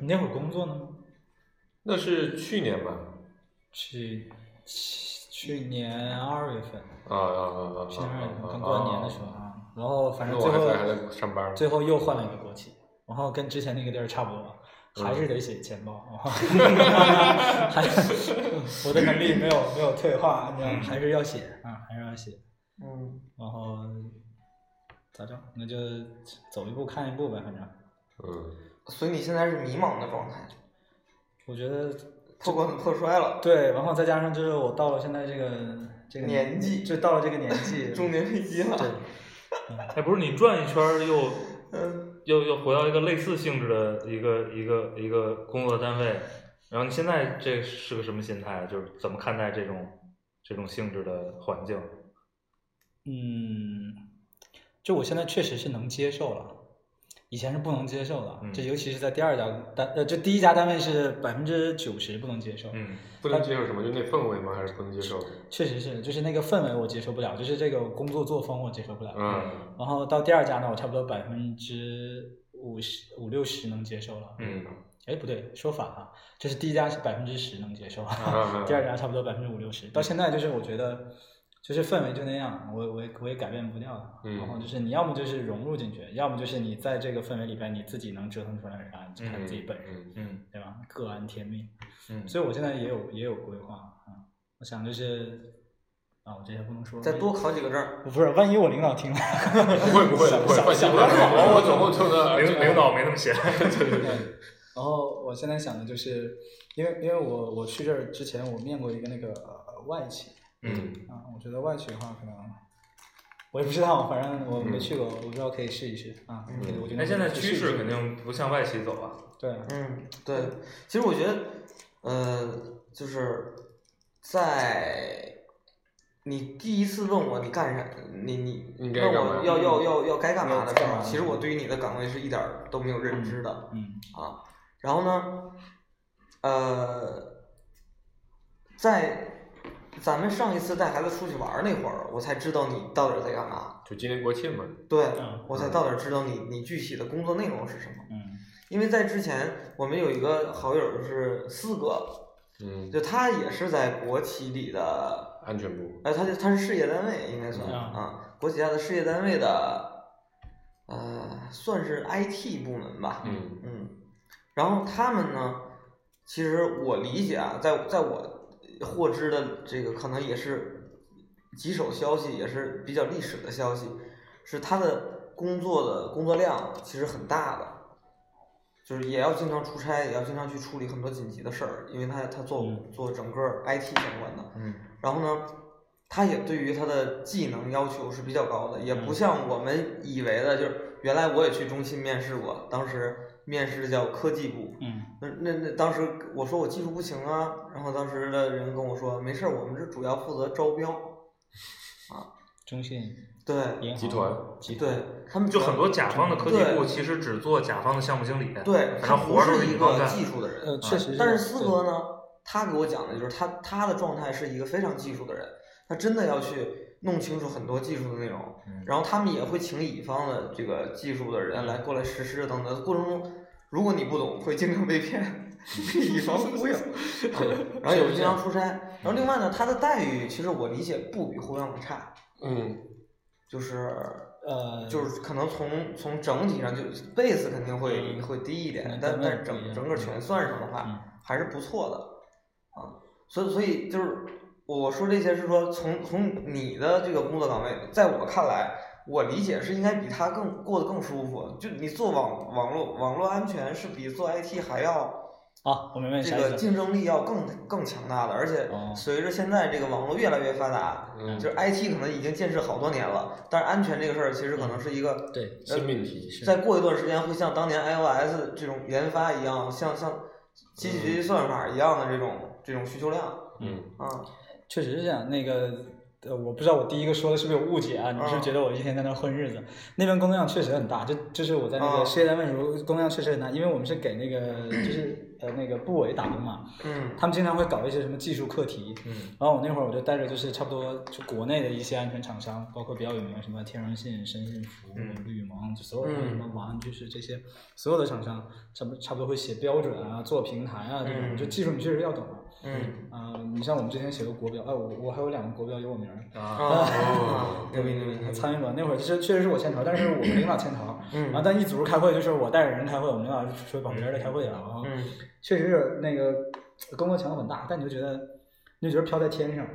你那会儿工作呢？
那是去年吧？
去去去年二月份，
啊啊啊啊啊！
去年二月份刚过完年的时候啊，然后反
哦那
正
我
最
还
后
在还在上班呢。
最后又换了一个国企，然后跟之前那个地儿差不多。
嗯
还是得写钱 包，然后还是我的能力没有没有退化，你知道还是要写啊，还是要写。
嗯，
然后咋整？那就走一步看一步呗，反正
嗯，
所以你现在是迷茫的状态，
我觉得
破罐子破摔了，
对，然后再加上就是我到了现在这个这个
年纪
就到了这个年 纪，
中年危机了。
对，
哎，不是你转一圈儿又
呃
嗯，
又又回到一个类似性质的一个一个一个工作单位，然后你现在这是个什么心态？啊就是怎么看待这种这种性质的环境？
嗯，就我现在确实是能接受了，以前是不能接受的，
嗯
这尤其是在第二家单呃，这第一家单位是百分之九十不能接受，
嗯
不能接受什么？就那氛围吗？还是不能接受？
确实是，就是那个氛围我接受不了，就是这个工作作风我接受不了，
嗯
然后到第二家呢，我差不多百分之五十五六十能接受了，
嗯
哎，不对，说反了，就是第一家是百分之十能接受，
啊
第二家差不多百分之五六十，
嗯
到现在就是我觉得就是氛围就那样，我我也我也改变不掉了。
嗯
然后就是你要么就是融入进去，要么就是你在这个氛围里边你自己能折腾出来啥，你就看
嗯
自己本事，
嗯
嗯
对吧？各安天命。
嗯，
所以我现在也有也有规划啊、我想就是啊，我这些不能说，
再多考几个证儿。
不是，万一我领导听了，
不会不会
想
不会，放心，嗯
想
我
想不到
我走后就能
领领导没那么闲。
对， 然后我现在想的就是，因为因为我我去这儿之前，我面过一个那个、呃、外企
嗯
啊，我觉得外企的话可能。我也不知道，反正我没
嗯
去过，我不知道可以试一试啊。
嗯
可以我觉得
那哎现在
可以试
趋
一
势
试
肯定不向外企走啊。
对，
嗯，对，其实我觉得，呃，就是在你第一次问我你干啥，你你
应该
问
干嘛
我要要要要该干嘛的时
该干
候，
嘛
其实我对于你的岗位是一点儿都没有认知的
嗯
啊。然后呢，呃，在咱们上一次带孩子出去玩儿那会儿，我才知道你到底在干嘛。
就今年国庆嘛，
对
嗯，
我才到底儿知道你你具体的工作内容是什么。
嗯
因为在之前，我们有一个好友是四哥，
嗯，
就他也是在国企里的，
安全部，
哎，他就他是事业单位，应该算
嗯
啊，国企下的事业单位的，呃，算是 IT 部门吧，
嗯
嗯，然后他们呢，其实我理解啊，在在我获知的这个可能也是棘手消息，也是比较历史的消息，是他的工作的工作量其实很大的，就是也要经常出差，也要经常去处理很多紧急的事儿，因为他他做
嗯
做整个 IT 相关的，
嗯
然后呢，他也对于他的技能要求是比较高的，也
嗯
不像我们以为的，就是原来我也去中信面试过，当时面试叫科技部，
嗯
那那那当时我说我技术不行啊，然后当时的人跟我说没事儿，我们这主要负责招标，
中信
对
银行
集团
集
对，他们
就
主要
很多甲方的科技部
对
其实只做甲方的项目经理，
对，
反
他
正
不
活儿都
是
是
一
乙方
个
干。
技术的人，啊
呃确实，
但是四
对
哥呢，他给我讲的就是他他的状态是一个非常技术的人，他真的要去弄清楚很多技术的内容，
嗯
然后他们也会请乙方的这个技术的人来过来实施等等。过程中，如果你不懂，会经常被骗， 被乙方忽悠。然后也会经常出差。然后另外呢，他的待遇其实我理解不比互联网差，
嗯，
就是
呃
就是可能从从整体上就 base 肯定会会低一点，但但是整整个全算上的话，
嗯
还是不错的啊。所以所以就是我说这些是说从从你的这个工作岗位，在我看来，我理解是应该比他更过得更舒服。就你做网网络网络安全是比做 IT 还要。
好，我明白你
这
啥意思
个
了。
竞争力要更更强大的，而且
哦
随着现在这个网络越来越发达，
嗯
就是 IT 可能已经建设好多年了，但是安全这个事儿其实可
嗯
能是一个，
对，
新命题，
再过一段时间会像当年 iOS 这种研发一样，像像机器
嗯
学习算法一样的这种这种需求量
嗯，
啊，
确实是这样。那个呃，我不知道我第一个说的是不是有误解啊？你是不是
嗯
觉得我一天在那儿混日子？那边工作量确实很大，就就是我在那个
嗯
事业单位的时候，工作量确实很大，因为我们是给那个就是呃那个部委打工嘛，
嗯
他们经常会搞一些什么技术课题。
嗯
然后我那会儿我就带着就是差不多就国内的一些安全厂商，包括比较有名的什么天然信、深信服、
嗯
绿盟，就所有的
嗯
什么网安居室这些所有的厂商，差不差不多会写标准啊、做平台啊这种，
嗯
就技术你确实要懂啊。
嗯
啊、你像我们之前写过国标，哎、我我还有两个国标有我名儿，嗯
啊，
啊，牛逼牛逼牛逼，
参与啊过那会儿，其实确实是我牵头，但是我们领导牵头，然后
嗯
但一组开会就是我带着人开会，我们领导就说跑别人的开会了，啊然后
嗯
确实是那个工作强度很大，但你就觉得你就觉得飘在天上，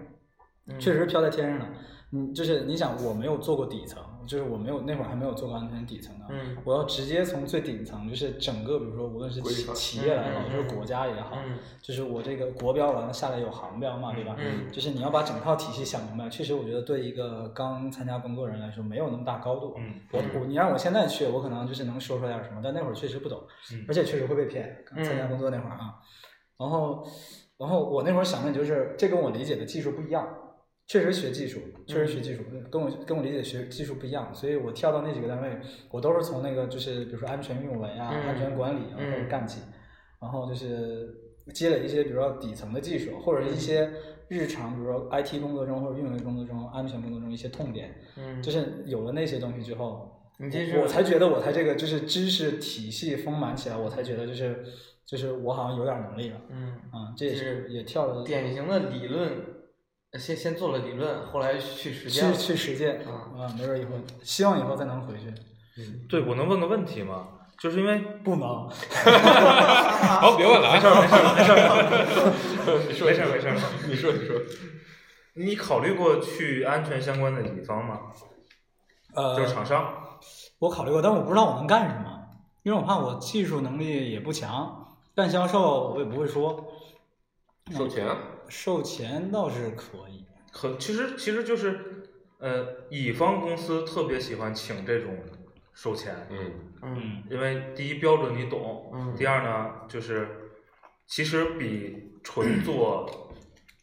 嗯
确实是飘在天上了。你就是你想，我没有做过底层，就是我没有那会儿还没有做过安全底层的，
嗯
我要直接从最顶层，就是整个，比如说无论是
规
企
范
企业来
嗯
好，
嗯
就是国家也好，
嗯
就是我这个国标完了下来有航标嘛，对吧？
嗯
就是你要把整套体系想明白。确实，我觉得对一个刚参加工作人来说，没有那么大高度。
嗯
我我你让我现在去，我可能就是能说出来点什么，但那会儿确实不懂，
嗯
而且确实会被骗。刚参
嗯
加工作那会儿啊，然后然后我那会儿想的就是，这跟我理解的技术不一样。确实学技术，确
嗯
实学技术，跟我跟我理解学技术不一样，所以我跳到那几个单位，我都是从那个就是比如说安全运维啊、
嗯
安全管理啊
嗯
开始干起，然后就是积累一些比如说底层的技术，或者一些日常比如说 IT 工作中或者运维工作中、安全工作中一些痛点，
嗯，
就是有了那些东西之后，
你这是
我才觉得我才这个就是知识体系丰满起来，我才觉得就是就是我好像有点能力了，
嗯
啊、这也是也跳了
典型的理论，先先做了理论，后来去实践
去
了，
去实践
啊
啊，没准儿以后希望以后再能回去，
对，我能问个问题吗？就是因为
不能，
好，别问了啊，
没事儿没事儿，
没事没事没事你说你说，
你考虑过去安全相关的乙方吗？
呃，
就是厂商。
我考虑过，但我不知道我能干什么，因为我怕我技术能力也不强，干销售我也不会说，
收钱啊，
售前倒是可以，
和其实其实就是，呃，乙方公司特别喜欢请这种收钱，
嗯
嗯
因为第一标准你懂，
嗯
第二呢就是，其实比纯做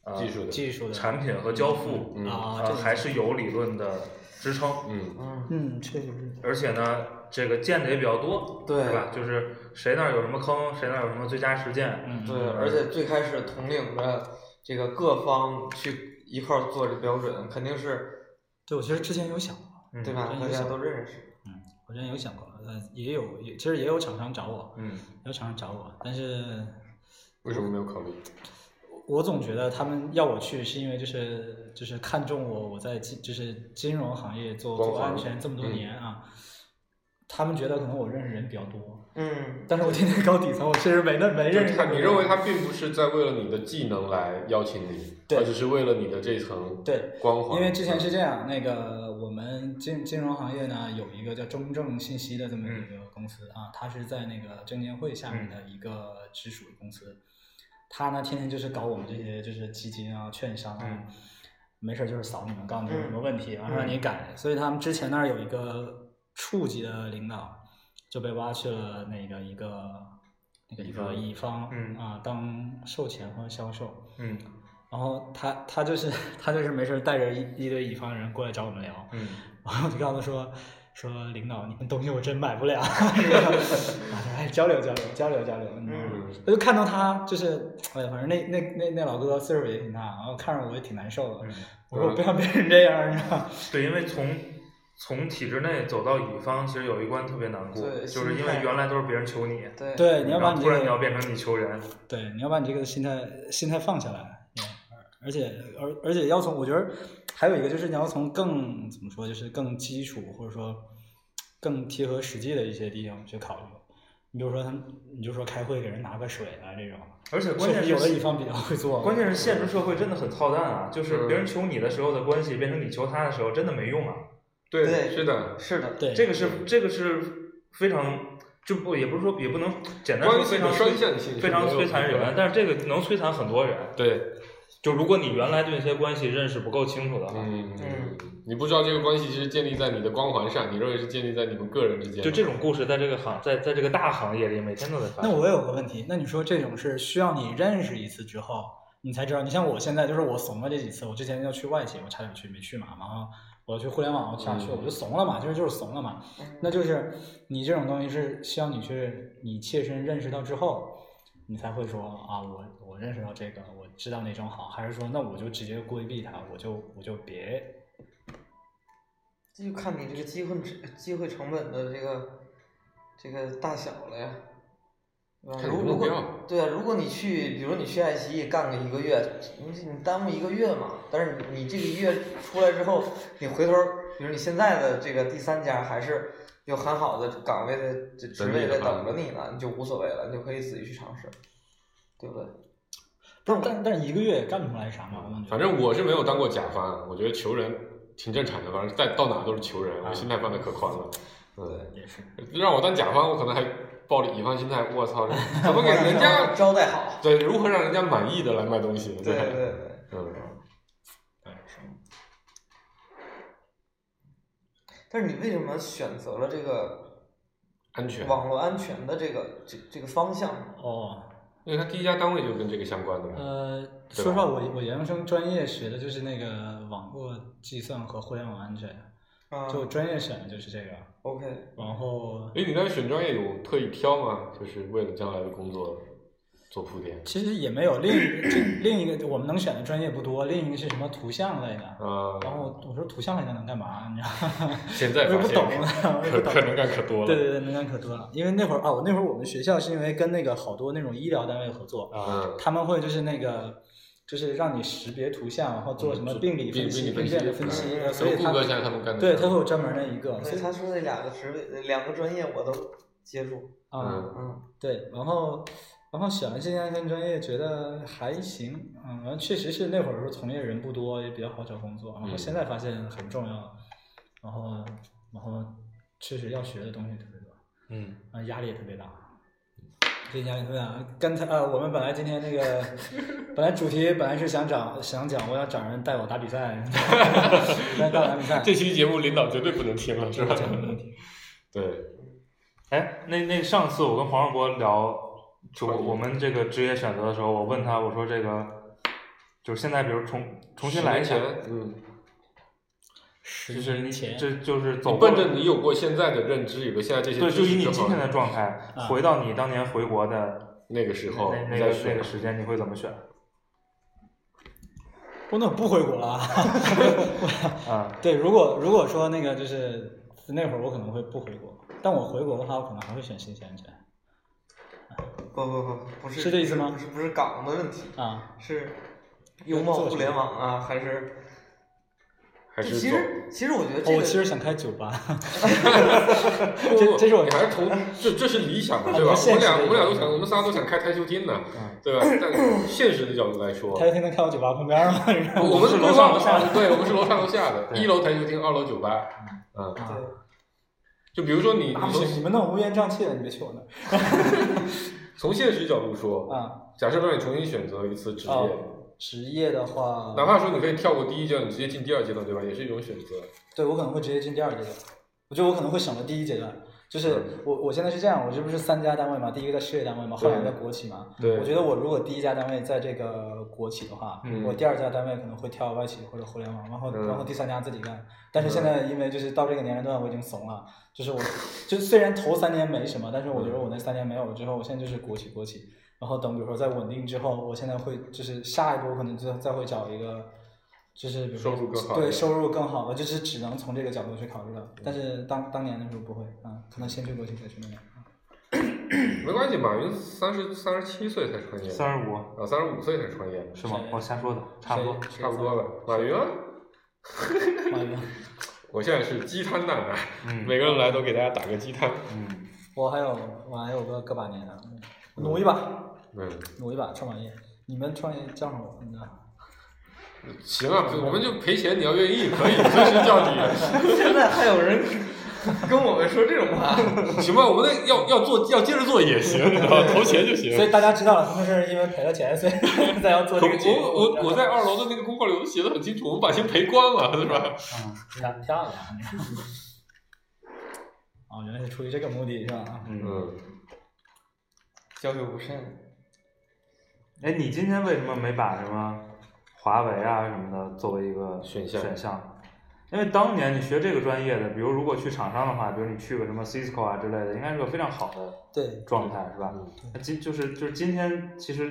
呃
技术的，
技术的
产品和交付
嗯
啊，
呃
这
还是有理论的支撑，
嗯
嗯，
嗯，确实是。
而且呢，这个见的也比较多，
对
是吧？就是谁那儿有什么坑，谁那儿有什么最佳实践，
嗯
对，而且最开始统领着这个各方去一块儿做这标准，肯定是
对，我其实之前有想过，
嗯
对吧？
嗯
大家都认识，
嗯，我之前有想过，呃，也有，也其实也有厂商找我，
嗯，
有厂商找我，但是
为什么没有考虑？
我总觉得他们要我去，是因为就是就是看中我，我在金就是金融行业做
光
做
环
安全这么多
嗯
年啊，他们觉得可能我认识人比较多，
嗯，
但是我天天搞底层，我确实没那没哎认识
他
那么
你
多人。
认为他并不是在为了你的技能来邀请你，
对
而只是为了你的这层
对
光环。嗯
因为之前是这样，那个我们金金融行业呢有一个叫中证信息的这么一个公司、啊，它是在那个证监会下面的一个直属公司，它呢天天就是搞我们这些就是基金啊、券商啊，
嗯
没事儿就是扫你们，告诉你有什么问题，然后
嗯
让你改。所以他们之前那儿有一个处级的领导就被挖去了那个一个那个一个乙方
嗯
啊当售前和销售，
嗯
然后他他就是他就是没事儿带着一一堆乙方人过来找我们聊，
嗯
然后我就告诉他说说领导，你们东西我真买 不了，这个啊他说哎交流交流交流交流，你知道吗
嗯
我就看到他就是哎呀，反正那那那那老哥岁数也挺大，然后看着我也挺难受的，
嗯，
我说我不想变成这样，你知 道吗？
对，因为从从体制内走到乙方，其实有一关特别难过，
对
就是因
心态
为原来都是别人求你，
对，
对，你要把
然后
你
突
这
然你要
个
变成你求人，
对你要把你这个心态心态放下来，对而且而而且要从我觉得还有一个就是你要从更怎么说，就是更基础或者说更贴合实际的一些地方去考虑。你比如说他们，你就说开会给人拿个水啊这种，
而且关
确
键
实
是
有的乙方比较会做。
关键是现实社会真的很操蛋啊！就是
嗯
别人求你的时候的关系，变成你求他的时候，真的没用啊。
对，
对
是的，
是的，
对
这个是
嗯
这个是非常就不也不是说也不能简单说
关系
非
的
常
双向性是
非常
没有
摧残
的
人，但是这个能摧残很多人。
对，
就如果你原来对这些关系认识不够清楚的话，
嗯
嗯，
你不知道这个关系其实建立在你的光环上，你认为是建立在你们个人之间的。
就这种故事在这个行在在这个大行业里每天都在发
那
生。
我有个问题，那你说这种是需要你认识一次之后，你才知道。你像我现在就是我怂了这几次，我之前要去外企，我差点去没去嘛，然后我去互联网，我想去，
嗯
我就怂了嘛，就是就是怂了嘛。那就是你这种东西是需要你去你切身认识到之后，你才会说啊，我我认识到这个，我知道哪种好，还是说那我就直接规避它，我就我就别
这就看你这个机会机会成本的这个这个大小了呀。对吧
看你
如
的
如
目标
果对啊，如果你去，比如你去爱奇艺干个一个月，你你耽误一个月嘛。但是你这个月出来之后，你回头，比如你现在的这个第三家还是有很好的岗位的这职位在等着你呢，你就无所谓了，你就可以自己去尝试，对不对？
不是，但但是一个月也干不出来啥嘛，我感觉。
反正我是没有当过甲方，我觉得求人挺正常的，反正在到哪都是求人，我心态放的可宽了。嗯，
也是。
让我当甲方，我可能还抱着乙方心态，我操，怎么给人家
招待好？
对如何让人家满意的来卖东西？
对对对。
嗯，
但是你为什么选择了这个
安全，
网络安全的这个这这个方向呢？
哦，
因为他第一家单位就跟这个相关的嘛。
呃，
嗯对
说实
吧
话，我我研究生专业学的就是那个网络计算和互联网安全，
嗯
啊
就专业选的就是这个。
OK，
然后，
哎，你当时选专业有特意挑吗？就是为了将来的工作做铺垫
其实也没有另一个这另一个我们能选的专业不多，另一个是什么图像类的。
啊？
然后我说图像类的能干嘛？你知道吗？
现在
哦我也
发
不
现
懂了，我也
可
不懂。
可能干可多了。
对对对，能干可多了。因为那会儿啊，我那会儿我们学校是因为跟那个好多那种医疗单位合作，
嗯，
他们会就是那个，就是让你识别图像，然后啊做什么病理分析、
嗯病病
病
理
变的
分
分
析
析，呃
嗯
所以
谷
他
歌现在他们干的
对
事儿
他会有专门的一个，所
所以
以
他说那俩个职位、呃两个专业我都接触。
啊
嗯，
对，然后然后选了这些安全专业，觉得还行，嗯，然后确实是那会儿说从业人不多，也比较好找工作，然后
嗯
现在发现很重要，然后然后确实要学的东西特别多，
嗯，
啊，压力也特别大。这压力特别大。刚才呃，我们本来今天那个，本来主题本来是想找想讲，我要找人带我打比赛， 带带我打 比赛。
这期节目领导绝对不能听了，是吧？对，
哎，那那上次我跟黄世博聊，就我我们这个职业选择的时候，我问他，我说这个就是现在，比如重重新
十
来
年
一下
前，，嗯，
十
就是你
年前，
这就是走
你
过
奔着你有过现在的认知，有个现在这些
对，就
知
以
识
你
之
今
后
天的状态，
啊
回到你当年回国的
那个时候
那那
你
个
再
那
选
个，时间，你会怎么选？
不那我不回国了啊。
啊，
对，如果如果说那个就是那会儿，我可能会不回国，但我回国的话，我可能还会选新西兰犬
不不不，不是
是这意思吗
不是不是港的问题，
啊。
是拥抱互联网啊，还是
还是
其
走
实其实我觉得这
哦
个、
我其实想开酒吧，
不
这
不
这是我
你还是 投这这是理想的
啊
对吧？
不是
我们
现实
俩
的嗯
我们俩都想，我们仨都想开台球厅呢，对吧？但现实的角度来说，
他就天天开我酒吧旁边嘛，然后
我们
是
的
楼
规
上
划
楼
的
下
话，对，我们是楼上楼下的，
对
一楼台球厅，二楼酒吧，嗯，
对
就比如说你你
啊不
从
行，你们那种乌烟瘴气的，你别去我那儿
从现实角度说，
啊。
假设让你重新选择一次职业，
哦职业的话，
哪怕说你可以跳过第一阶段，你直接进第二阶段，对吧？也是一种选择。
对我可能会直接进第二阶段，我觉得我可能会省了第一阶段。就是我我现在是这样，我这不是三家单位嘛，第一个在事业单位嘛，后
对
两个在国企嘛。
对
我觉得我如果第一家单位在这个国企的话，
嗯
我第二家单位可能会跳外企或者互联网，然后、
嗯
然后第三家自己干。但是现在因为就是到这个年龄段，我已经怂了，就是我就虽然头三年没什么，但是我觉得我那三年没有了之后，我现在就是国企国企。然后等比如说在稳定之后，我现在会就是下一步可能就再会找一个。就是比如说
收入更好一
对
点嗯
收入更好的，就是只能从这个角度去考虑了。但是当当年的时候不会，啊，可能先去国企再去那边。
没关系，马云三十三十七岁才创业，
三十五
啊，三十五岁才创业，
是吗
谁？
我瞎说的，差不多。
谁
差不多吧。马云啊，
马云，
我现在是鸡摊奶奶，
嗯
每个人来都给大家打个鸡摊。
嗯，
我还有我还有个个把年的，努一把，
嗯，
努一把创把业。你们创业叫上我，你知道吗？
行啊，我们就赔钱，你要愿意可以，随时叫你，
现在还有人跟我们说这种 话，
行吧？我们那要要做要接着做也 行，你知道啊吗？投钱就行
所。以大家知道了，他们是因为赔了钱，所以 才要做
可
这个节目。
我我我 在二楼的那个公告里我都写的很清楚，我们把钱赔光了，是吧？嗯
漂漂亮。啊哦，原来是出于这个目的是吧？啊
嗯，
嗯，
交友不慎，
哎，你今天为什么没把什么华为啊什么的作为一个
选项
选项？因为当年你学这个专业的，比如如果去厂商的话，比如你去个什么 Cisco 啊之类的，应该是个非常好的
对，
状态，是吧？
嗯
那今就是就是今天其实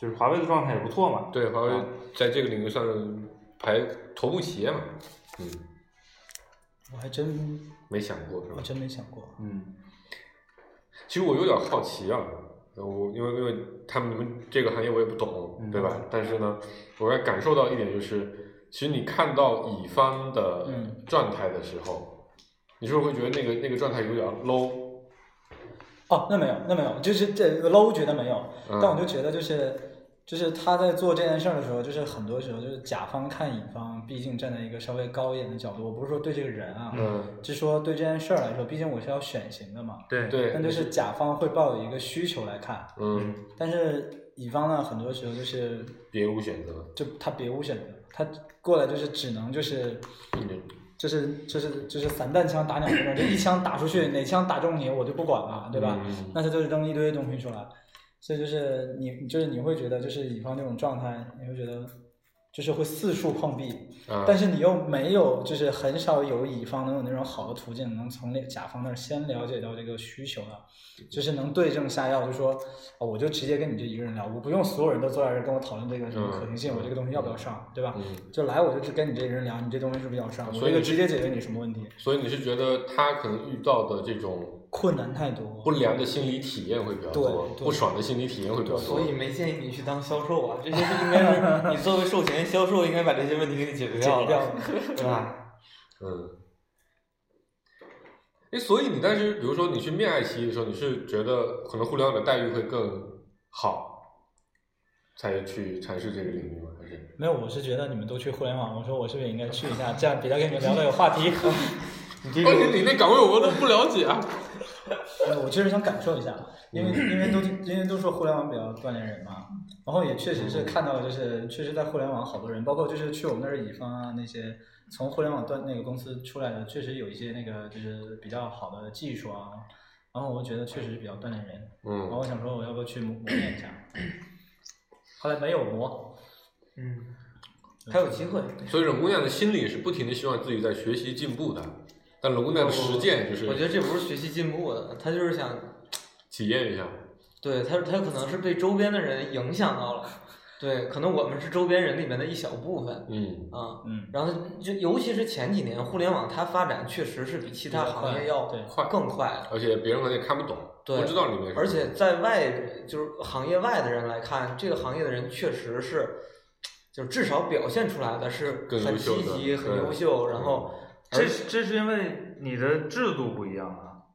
就是华为的状态也不错嘛。
对，华为
啊
在这个领域上排头部企业嘛，嗯，
我还真
没想过是吧
我？真没想过。
嗯
其实我有点好奇啊，我因为因为他们你们这个行业我也不懂
嗯，
对吧？但是呢，我也感受到一点就是，其实你看到乙方的
嗯
状态的时候，你是不是会觉得那个那个状态有点 low？
哦，那没有，那没有，就是这个 low 觉得没有，
嗯
但我就觉得就是。就是他在做这件事儿的时候，就是很多时候就是甲方看乙方，毕竟站在一个稍微高一点的角度，我不是说对这个人啊，
嗯，
只是说对这件事儿来说，毕竟我是要选型的嘛。
对
对，
但就是甲方会抱有一个需求来看，
嗯，
但是乙方呢，很多时候就是
别无选择，
就他别无选择，他过来就是只能就是
嗯
就是就是就是散弹枪打鸟那 种，就一枪打出去，哪枪打中你我就不管了，对吧？
嗯
那他就是扔一堆东西出来，所以就是你就是你会觉得就是乙方那种状态，你会觉得就是会四处碰壁，
啊，
但是你又没有，就是很少有乙方能有那种好的途径，能从那甲方那儿先了解到这个需求了，就是能对症下药，就说，哦，我就直接跟你这一个人聊，我不用所有人都坐在这儿跟我讨论这个什么可行性，我这个东西要不要上，对吧？
嗯
就来我就只跟你这个人聊，你这东西是不是要上，
所以
我就
你
直接解决你什么问题，
所以你是觉得他可能遇到的这种
困难太多。
不良的心理体验会比较多
对，对
不爽的心理体验会比较多，
所以没建议你去当销售啊，这些是应该是你作为售前销售，应该把这些问题给你解决
解
掉
决掉
了，
了，
对吧？
嗯，哎，所以你当时，比如说你去面爱奇艺的时候，你是觉得可能互联网的待遇会更好，才去尝试这个领域吗？还是？
没有，我是觉得你们都去互联网，我说我是不是也应该去一下，这样比较跟你们聊的有话题。
关键哦你那岗位我都不了解啊。
呃我就是想感受一下，因为
嗯
因为都因为都说互联网比较锻炼人嘛，然后也确实是看到了，就是确实在互联网好多人，包括就是去我们那儿乙方啊那些从互联网锻那个公司出来的，确实有一些那个就是比较好的技术啊，然后我觉得确实是比较锻炼人，然后
嗯，
我想说我要不要去磨磨练一下，后来没有磨，
嗯，还有机会。
所以冷姑娘的心里是不停的希望自己在学习进步的，但冷姑娘的实践就
我觉
是
得这不是学习进步的，他就是想，
体验一下。
对他他可能是被周边的人影响到了，对，可能我们是周边人里面的一小部分
嗯，
啊。
嗯，
然后就尤其是前几年，互联网它发展确实是比其他行业要
对
快
更快，
而且别人可能也看不懂，
对
不知道里面是什么。
而且在外就是行业外的人来看，这个行业的人确实是，就是至少表现出来的是
更
很
优秀
积
的
极、很
对
优秀，然后
这是这是因为你的制度不一样啊，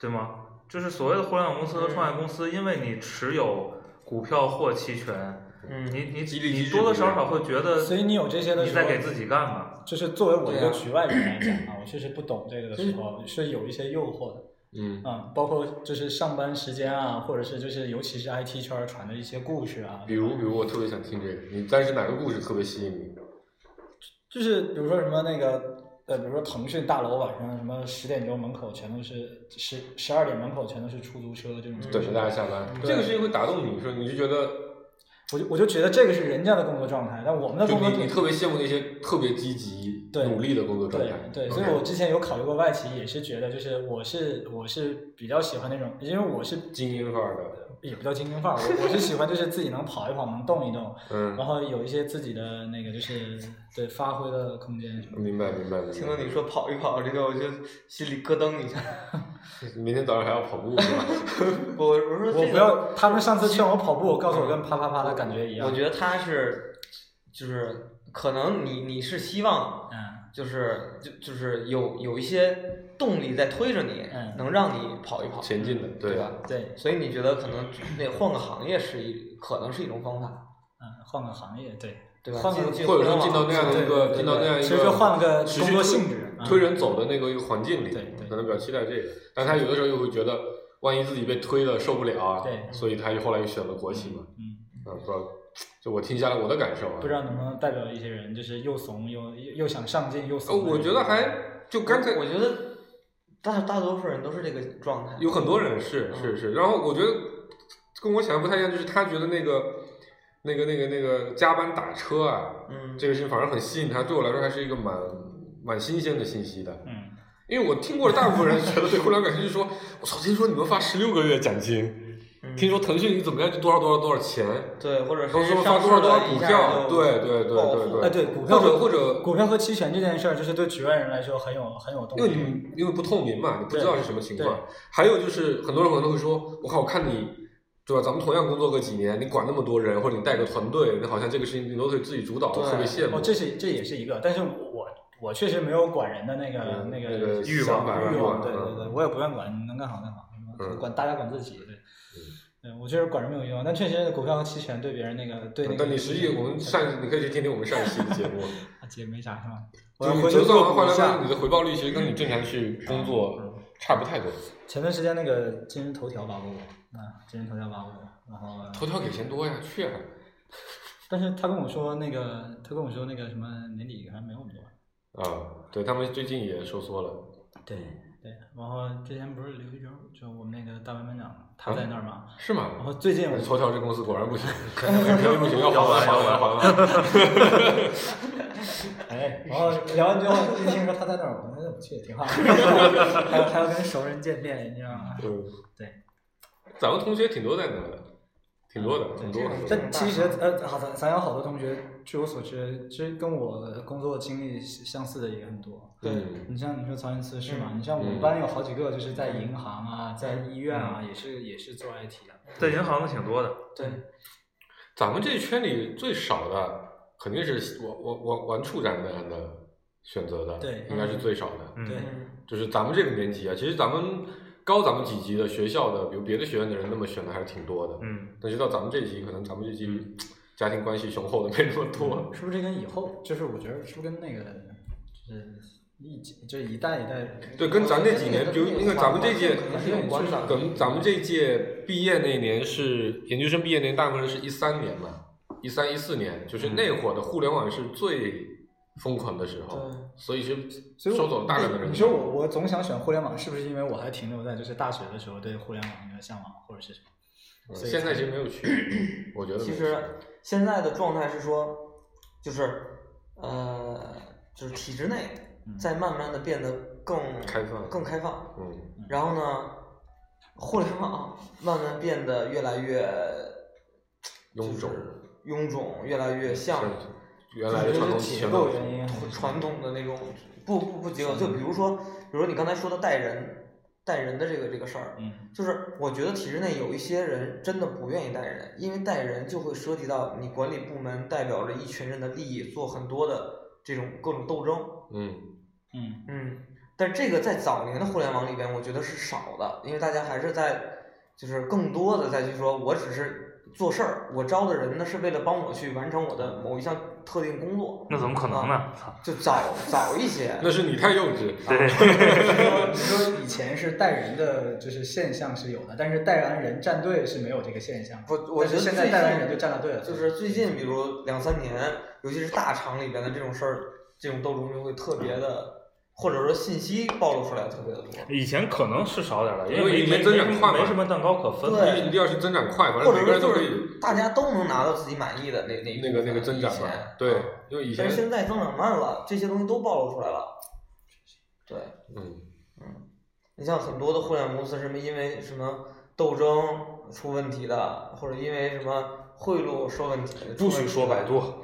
对吗？就是所谓的互联网公司和创业公司，因为你持有股票或期权，
嗯，
你你
激励机
你
制
多多
不一样
少少会觉得，
所以你有这些的时
你
候，
在给自己干嘛？
就是作为我一
对
个
啊
局外人来讲啊，我确实不懂这个的时候
嗯
是有一些诱惑的，
嗯，
嗯，包括就是上班时间啊，或者是就是尤其是 IT 圈儿传的一些故事啊，
比如比如我特别想听这个，你但是哪个故事特别吸引你？
就是比如说什么那个呃，比如说腾讯大楼晚上什么十点钟门口全都是十十二点门口全都是出租车这种，
等着大家下班，这个事情会打动你，说你就觉得，
我就我就觉得这个是人家的工作状态，但我们的
就
工作
你你特别羡慕那些特别积极、
对
努力的工作状
对
态。
对，
OK
所以我之前有考虑过外企，也是觉得就是我是我是比较喜欢那种，因为我是
精英范儿的，
也不叫精英范儿，我我是喜欢就是自己能跑一跑，能动一动，
嗯，
然后有一些自己的那个就是对发挥的空间什么
嗯
的。
明白明白明白。
听到你说跑一跑这个，我就心里咯噔一下。
明天早上还要跑步是吧？
我我说这个
我不要，他们上次劝我跑步，我告诉我跟啪啪啪的感觉一样。
我觉得他是，就是可能你你是希望，
嗯，
就是就就是有有一些动力在推着你，
嗯
能让你跑一跑，
前进的，
对
对
吧？？
对，
所以你觉得可能那换个行业是一可能是一种方法，
嗯，换个行业，对，
对吧？
换个
进进
或者
互联
说
网
进到那样的一
对
个，
对
进到那样一个，
其实就换个
持
工
续
作
推
性质嗯
推人走的那个一个环境里
对对，
可能比较期待这个。但他有的时候又会觉得，万一自己被推了受不了啊，
对
所以他又后来又选了国企嘛，
嗯，
啊，不知道，就我听下来我的感受啊，
不知道能不能代表一些人，就是又怂又又又想上进又
呃，
怂的
我
人。
觉得还就刚才
我觉得大大多数人都是这个状态，
有很多人是
嗯
是是，然后我觉得跟我想的不太一样，就是他觉得那个那个那个那个加班打车啊，
嗯，
这个事情反而很吸引他，对我来说还是一个蛮蛮新鲜的信息的。
嗯，
因为我听过的大部分人觉得对互联网感兴趣，说我操，听说你们发十六个月奖金，
嗯
听说腾讯怎么样就多少多少多少钱，
对，或者
然后
是
说
上
发
市
多少多少
了
股
一下
票，
就
对对对
暴
对
富
对，
哎，对，股
或
票
者
和
或者
股票和期权这件事儿，就是对局外人来说很有很有动
因为
力。
你们因为不透明嘛，你不知道是什么情况
对。
还有就是很多人可能会说，我靠，我看你对吧？咱们同样工作个几年，你管那么多人，或者你带个团队，你好像这个事情你都可以自己主导，
对
特别羡慕。
哦，这是这也是一个，但是我我确实没有管人的那个
嗯
那
那个
个
欲
想
望
欲望，
欲望
对
嗯
对对，我也不愿管，能干好干好，
嗯
管大家管自己，对。对，我确实管人没有用，但确实股票和期权对别人那个对那个。
嗯但你实际我们上一你可以去听听我们上一期的节 目，
啊姐没啥是吧？
就是
我
你
回去
折算
做
完
补嗯
换
一
来
下
换，你。的回报率其实跟你正常去工作差不太多。
前段时间那个今日头条挖过我，啊，今日头条挖过我，然后
头条给钱多呀，去啊！
但是他跟我说那个，他跟我说那个什么年底好像没有那么多。
啊，对他们最近也收缩了。
对对，然后之前不是刘一舟，就我们那个大班班长，他在那儿嘛。
是吗？
然后最近我
头条这公司果然 不行，肯定不行，要还完，还完，还完。
哎，然后聊完之后，一听说他在那儿，我说那我去也挺 好，还有还要跟熟人见面，你知道 吗？
嗯，
对。
咱们同学挺多在那的，挺多的，很多。很多
但嗯其实呃，好，咱咱有好多同学，据我所知，其实跟我的工作经历相似的也很多。
嗯，
你像你说曹云慈是吗？你像我们班有好几个就是在银行啊，在医院啊，也是也是做 IT 的。
在银行的挺多的，
对，
咱们这圈里最少的肯定是我我我玩处战那样的选择的，
对
应该是最少的。
嗯，
对
嗯
就是咱们这个年级啊，其实咱们高咱们几级的学校的，比如别的学院的人，那么选的还是挺多的。
嗯，
但是到咱们这级，可能咱们这级家庭关系雄厚的没那么多。
是不是这跟以后就是我觉得是不是跟那个就是一级就是一代一代
对，跟咱这几年，比如那个咱们这届
肯定是有关的，
跟咱们这一届毕业那年是研究生毕业那年，大部分人是一三年嘛，一三一四年，就是那会儿的互联网是最疯狂的时候，
对
所以是
所以我
收走了大量的人才。
你说我我总想选互联网，是不是因为我还停留在就是大学的时候对互联网的向往或者是什么？
嗯现在其实没有区别，我觉得没有
其
区别
实现在的状态是说，就是呃，就是体制内
嗯
在慢慢的变得更
开放
更开放，
嗯，
然后呢，互联网慢慢变得越来越
臃肿，嗯
臃肿，越来越像
像原来的传统体
结
制
构原因很嗯
传统的那种不不不结构。就比如说，比如说你刚才说的带人带人的这个这个事儿，
嗯
就是我觉得体制内有一些人真的不愿意带人，因为带人就会涉及到你管理部门代表着一群人的利益，做很多的这种各种斗争。
嗯，
嗯
嗯，但这个在早年的互联网里边，我觉得是少的，因为大家还是在就是更多的再去说，我只是做事儿，我招的人呢是为了帮我去完成我的某一项特定工作，啊
那怎么可能呢？操、
就早早一些。
那是你太幼稚，
对，
你说以前是带人的，就是现象是有的，但是带完人站队是没有这个现象。
不，我觉
但
得
是现在
最
带完
近
人就站了队了，
就是最近，比如两三年，尤其是大厂里边的这种事儿，这种斗争就会特别的，或者说信息暴露出来特别的多。
以前可能是少点儿了，
因为
为
以
没
前
没
增长
什
快
么
嘛
没什么蛋糕可分
对
了。
一定要去增长快，反
或者
正每
说
个人都
就
可
是
以
大家都能拿到自己满意的那那一
那个那个
部分
增长
以
嘛
前，啊
对，因为以前
但是现在增长慢了，这些东西都暴露出来了。对，
嗯
你像很多的互联网公司，什么因为什么斗争出问题的，或者因为什么贿赂受问题的，
不许说百度。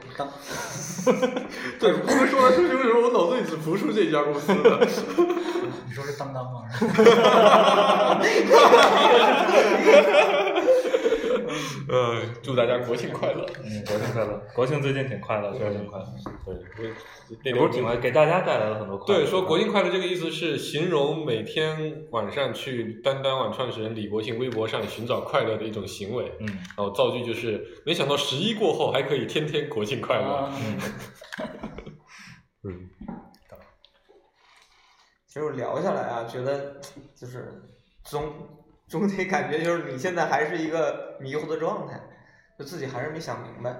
对，不是说来说去，为什么我脑子里只浮出这家公司 呢？
你说是当当 吗？
呃，祝大家国庆快乐！
嗯，国庆快乐！国庆最近挺快乐，确实挺快乐。对，
那
也不是挺快，给大家带来了很多快乐。
对，说国庆快乐这个意思是形容每天晚上去丹丹网创始人李国庆微博上寻找快乐的一种行为。
嗯，
然后造句就是没想到十一过后还可以天天国庆快乐。
嗯
嗯，
其实我聊下来啊，觉得就是总总体感觉就是你现在还是一个迷糊的状态，就自己还是没想明白。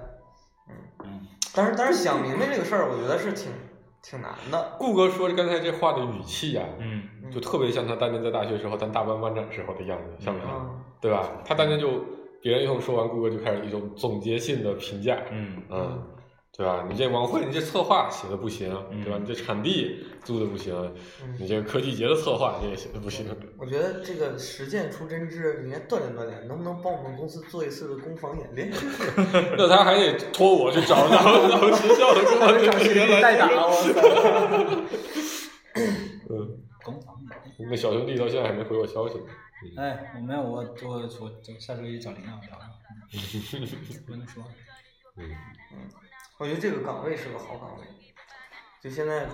嗯
嗯，
但是但是想明白这个事儿，我觉得是挺挺难的。
顾哥说刚才这话的语气呀、
嗯，
嗯
就特别像他当年在大学时候当大班班长时候的样子，像不像？
嗯，
对吧？他当年就别人一通说完，顾哥就开始一种总结性的评价。
嗯，
嗯，对吧？你这晚会，你这策划写的不行，对吧？
嗯
你这场地租的不行，
嗯
你这科技节的策划你也写的不行。
我觉得这个实践出真知，你应该锻炼锻炼，能不能帮我们公司做一次攻防演练？
那他还得托我去找然 后然后学校的工作人
上去给
员
你代
来。
打，我
嗯，
操！攻防一点
那小兄弟到现在还没回我消息呢。
哎，我没有，我我我我下周一找领导聊聊，不能说。
嗯，
我觉得这个岗位是个好岗位，就现在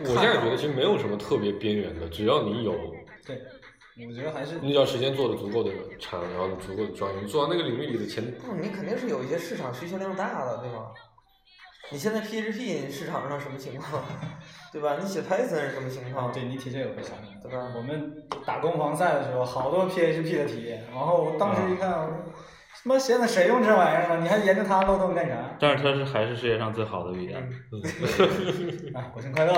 我现在觉得其实没有什么特别边缘的，只要你有，
对，我觉得还是
你只要时间做的足够的长，然后你足够的专业，你做到那个领域里的前，
不，你肯定是有一些市场需求量大的，对吧？你现在 PHP 市场上什么情况， 对吧？你写 Python 是什么情况？
哦对你提这有个想法，
对吧
我们打攻防赛的时候，好多 PHP 的题，然后我当时一看，我说他妈现在谁用这玩意儿啊？你还研究它漏洞干啥？
但是它是还是世界上最好的语言。
啊，国庆 快乐！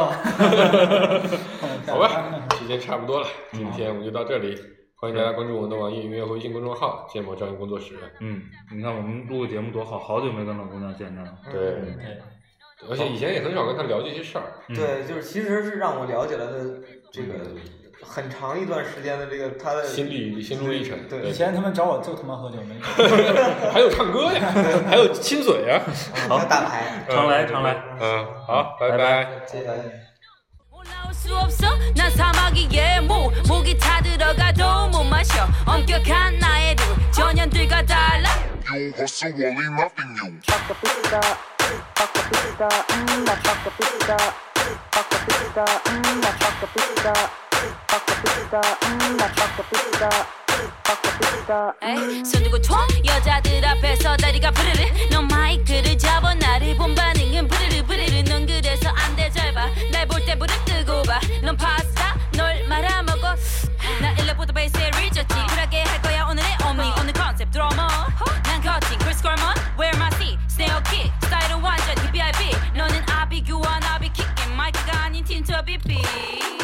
好吧，时间差不多了，今天我们就到这里，欢迎大家关注我们的网易云音乐和微信公众号“建模专业工作室”。
嗯，你看我们录个节目多好，好久没跟老姑娘见面了。
对，
嗯
对
而且以前也很少跟他聊这些事儿。
嗯
对，就是其实是让我了解了的这个
嗯
很长一段时间的这个他的
心历心路历程，
对
以前他们找我就他妈喝酒没酒，
还有唱歌呀，还有亲嘴呀，
嗯他打牌。
常来常来。
嗯，好，拜
拜
拜
拜。
这个
올라올 수 없어 난 사막의 예무 목이 타들어가도 못 마셔 엄격한 나의 룰 전현들과 달라
you hustle only nothing you.
Pizza, fuck a pizza, mm, I fuck a pizza, fuck a pizza, mm, I fuck a pizza, fuck a pizza, mm, I fuck a pizza, fuck a pizza.
에이, 손 들고 총 여자들 앞에서 다리가 부르르 넌 마이크를 잡아 나를 본 반응은 부르르 부르르 넌 그래서 안돼 잘봐날 볼 때 부르 뜨고 봐넌 파스타 널 말아먹어 나 일러보다 베이스에 리저티 쿨하게 할 거야 오늘의 언니 오늘 컨셉 드러머 난 거친 크리스 걸먼 Wear my C 스네어 킥 스타일은 완전 VIP 너는 아비규환 아비킥 마이크가 아닌 틴터 BP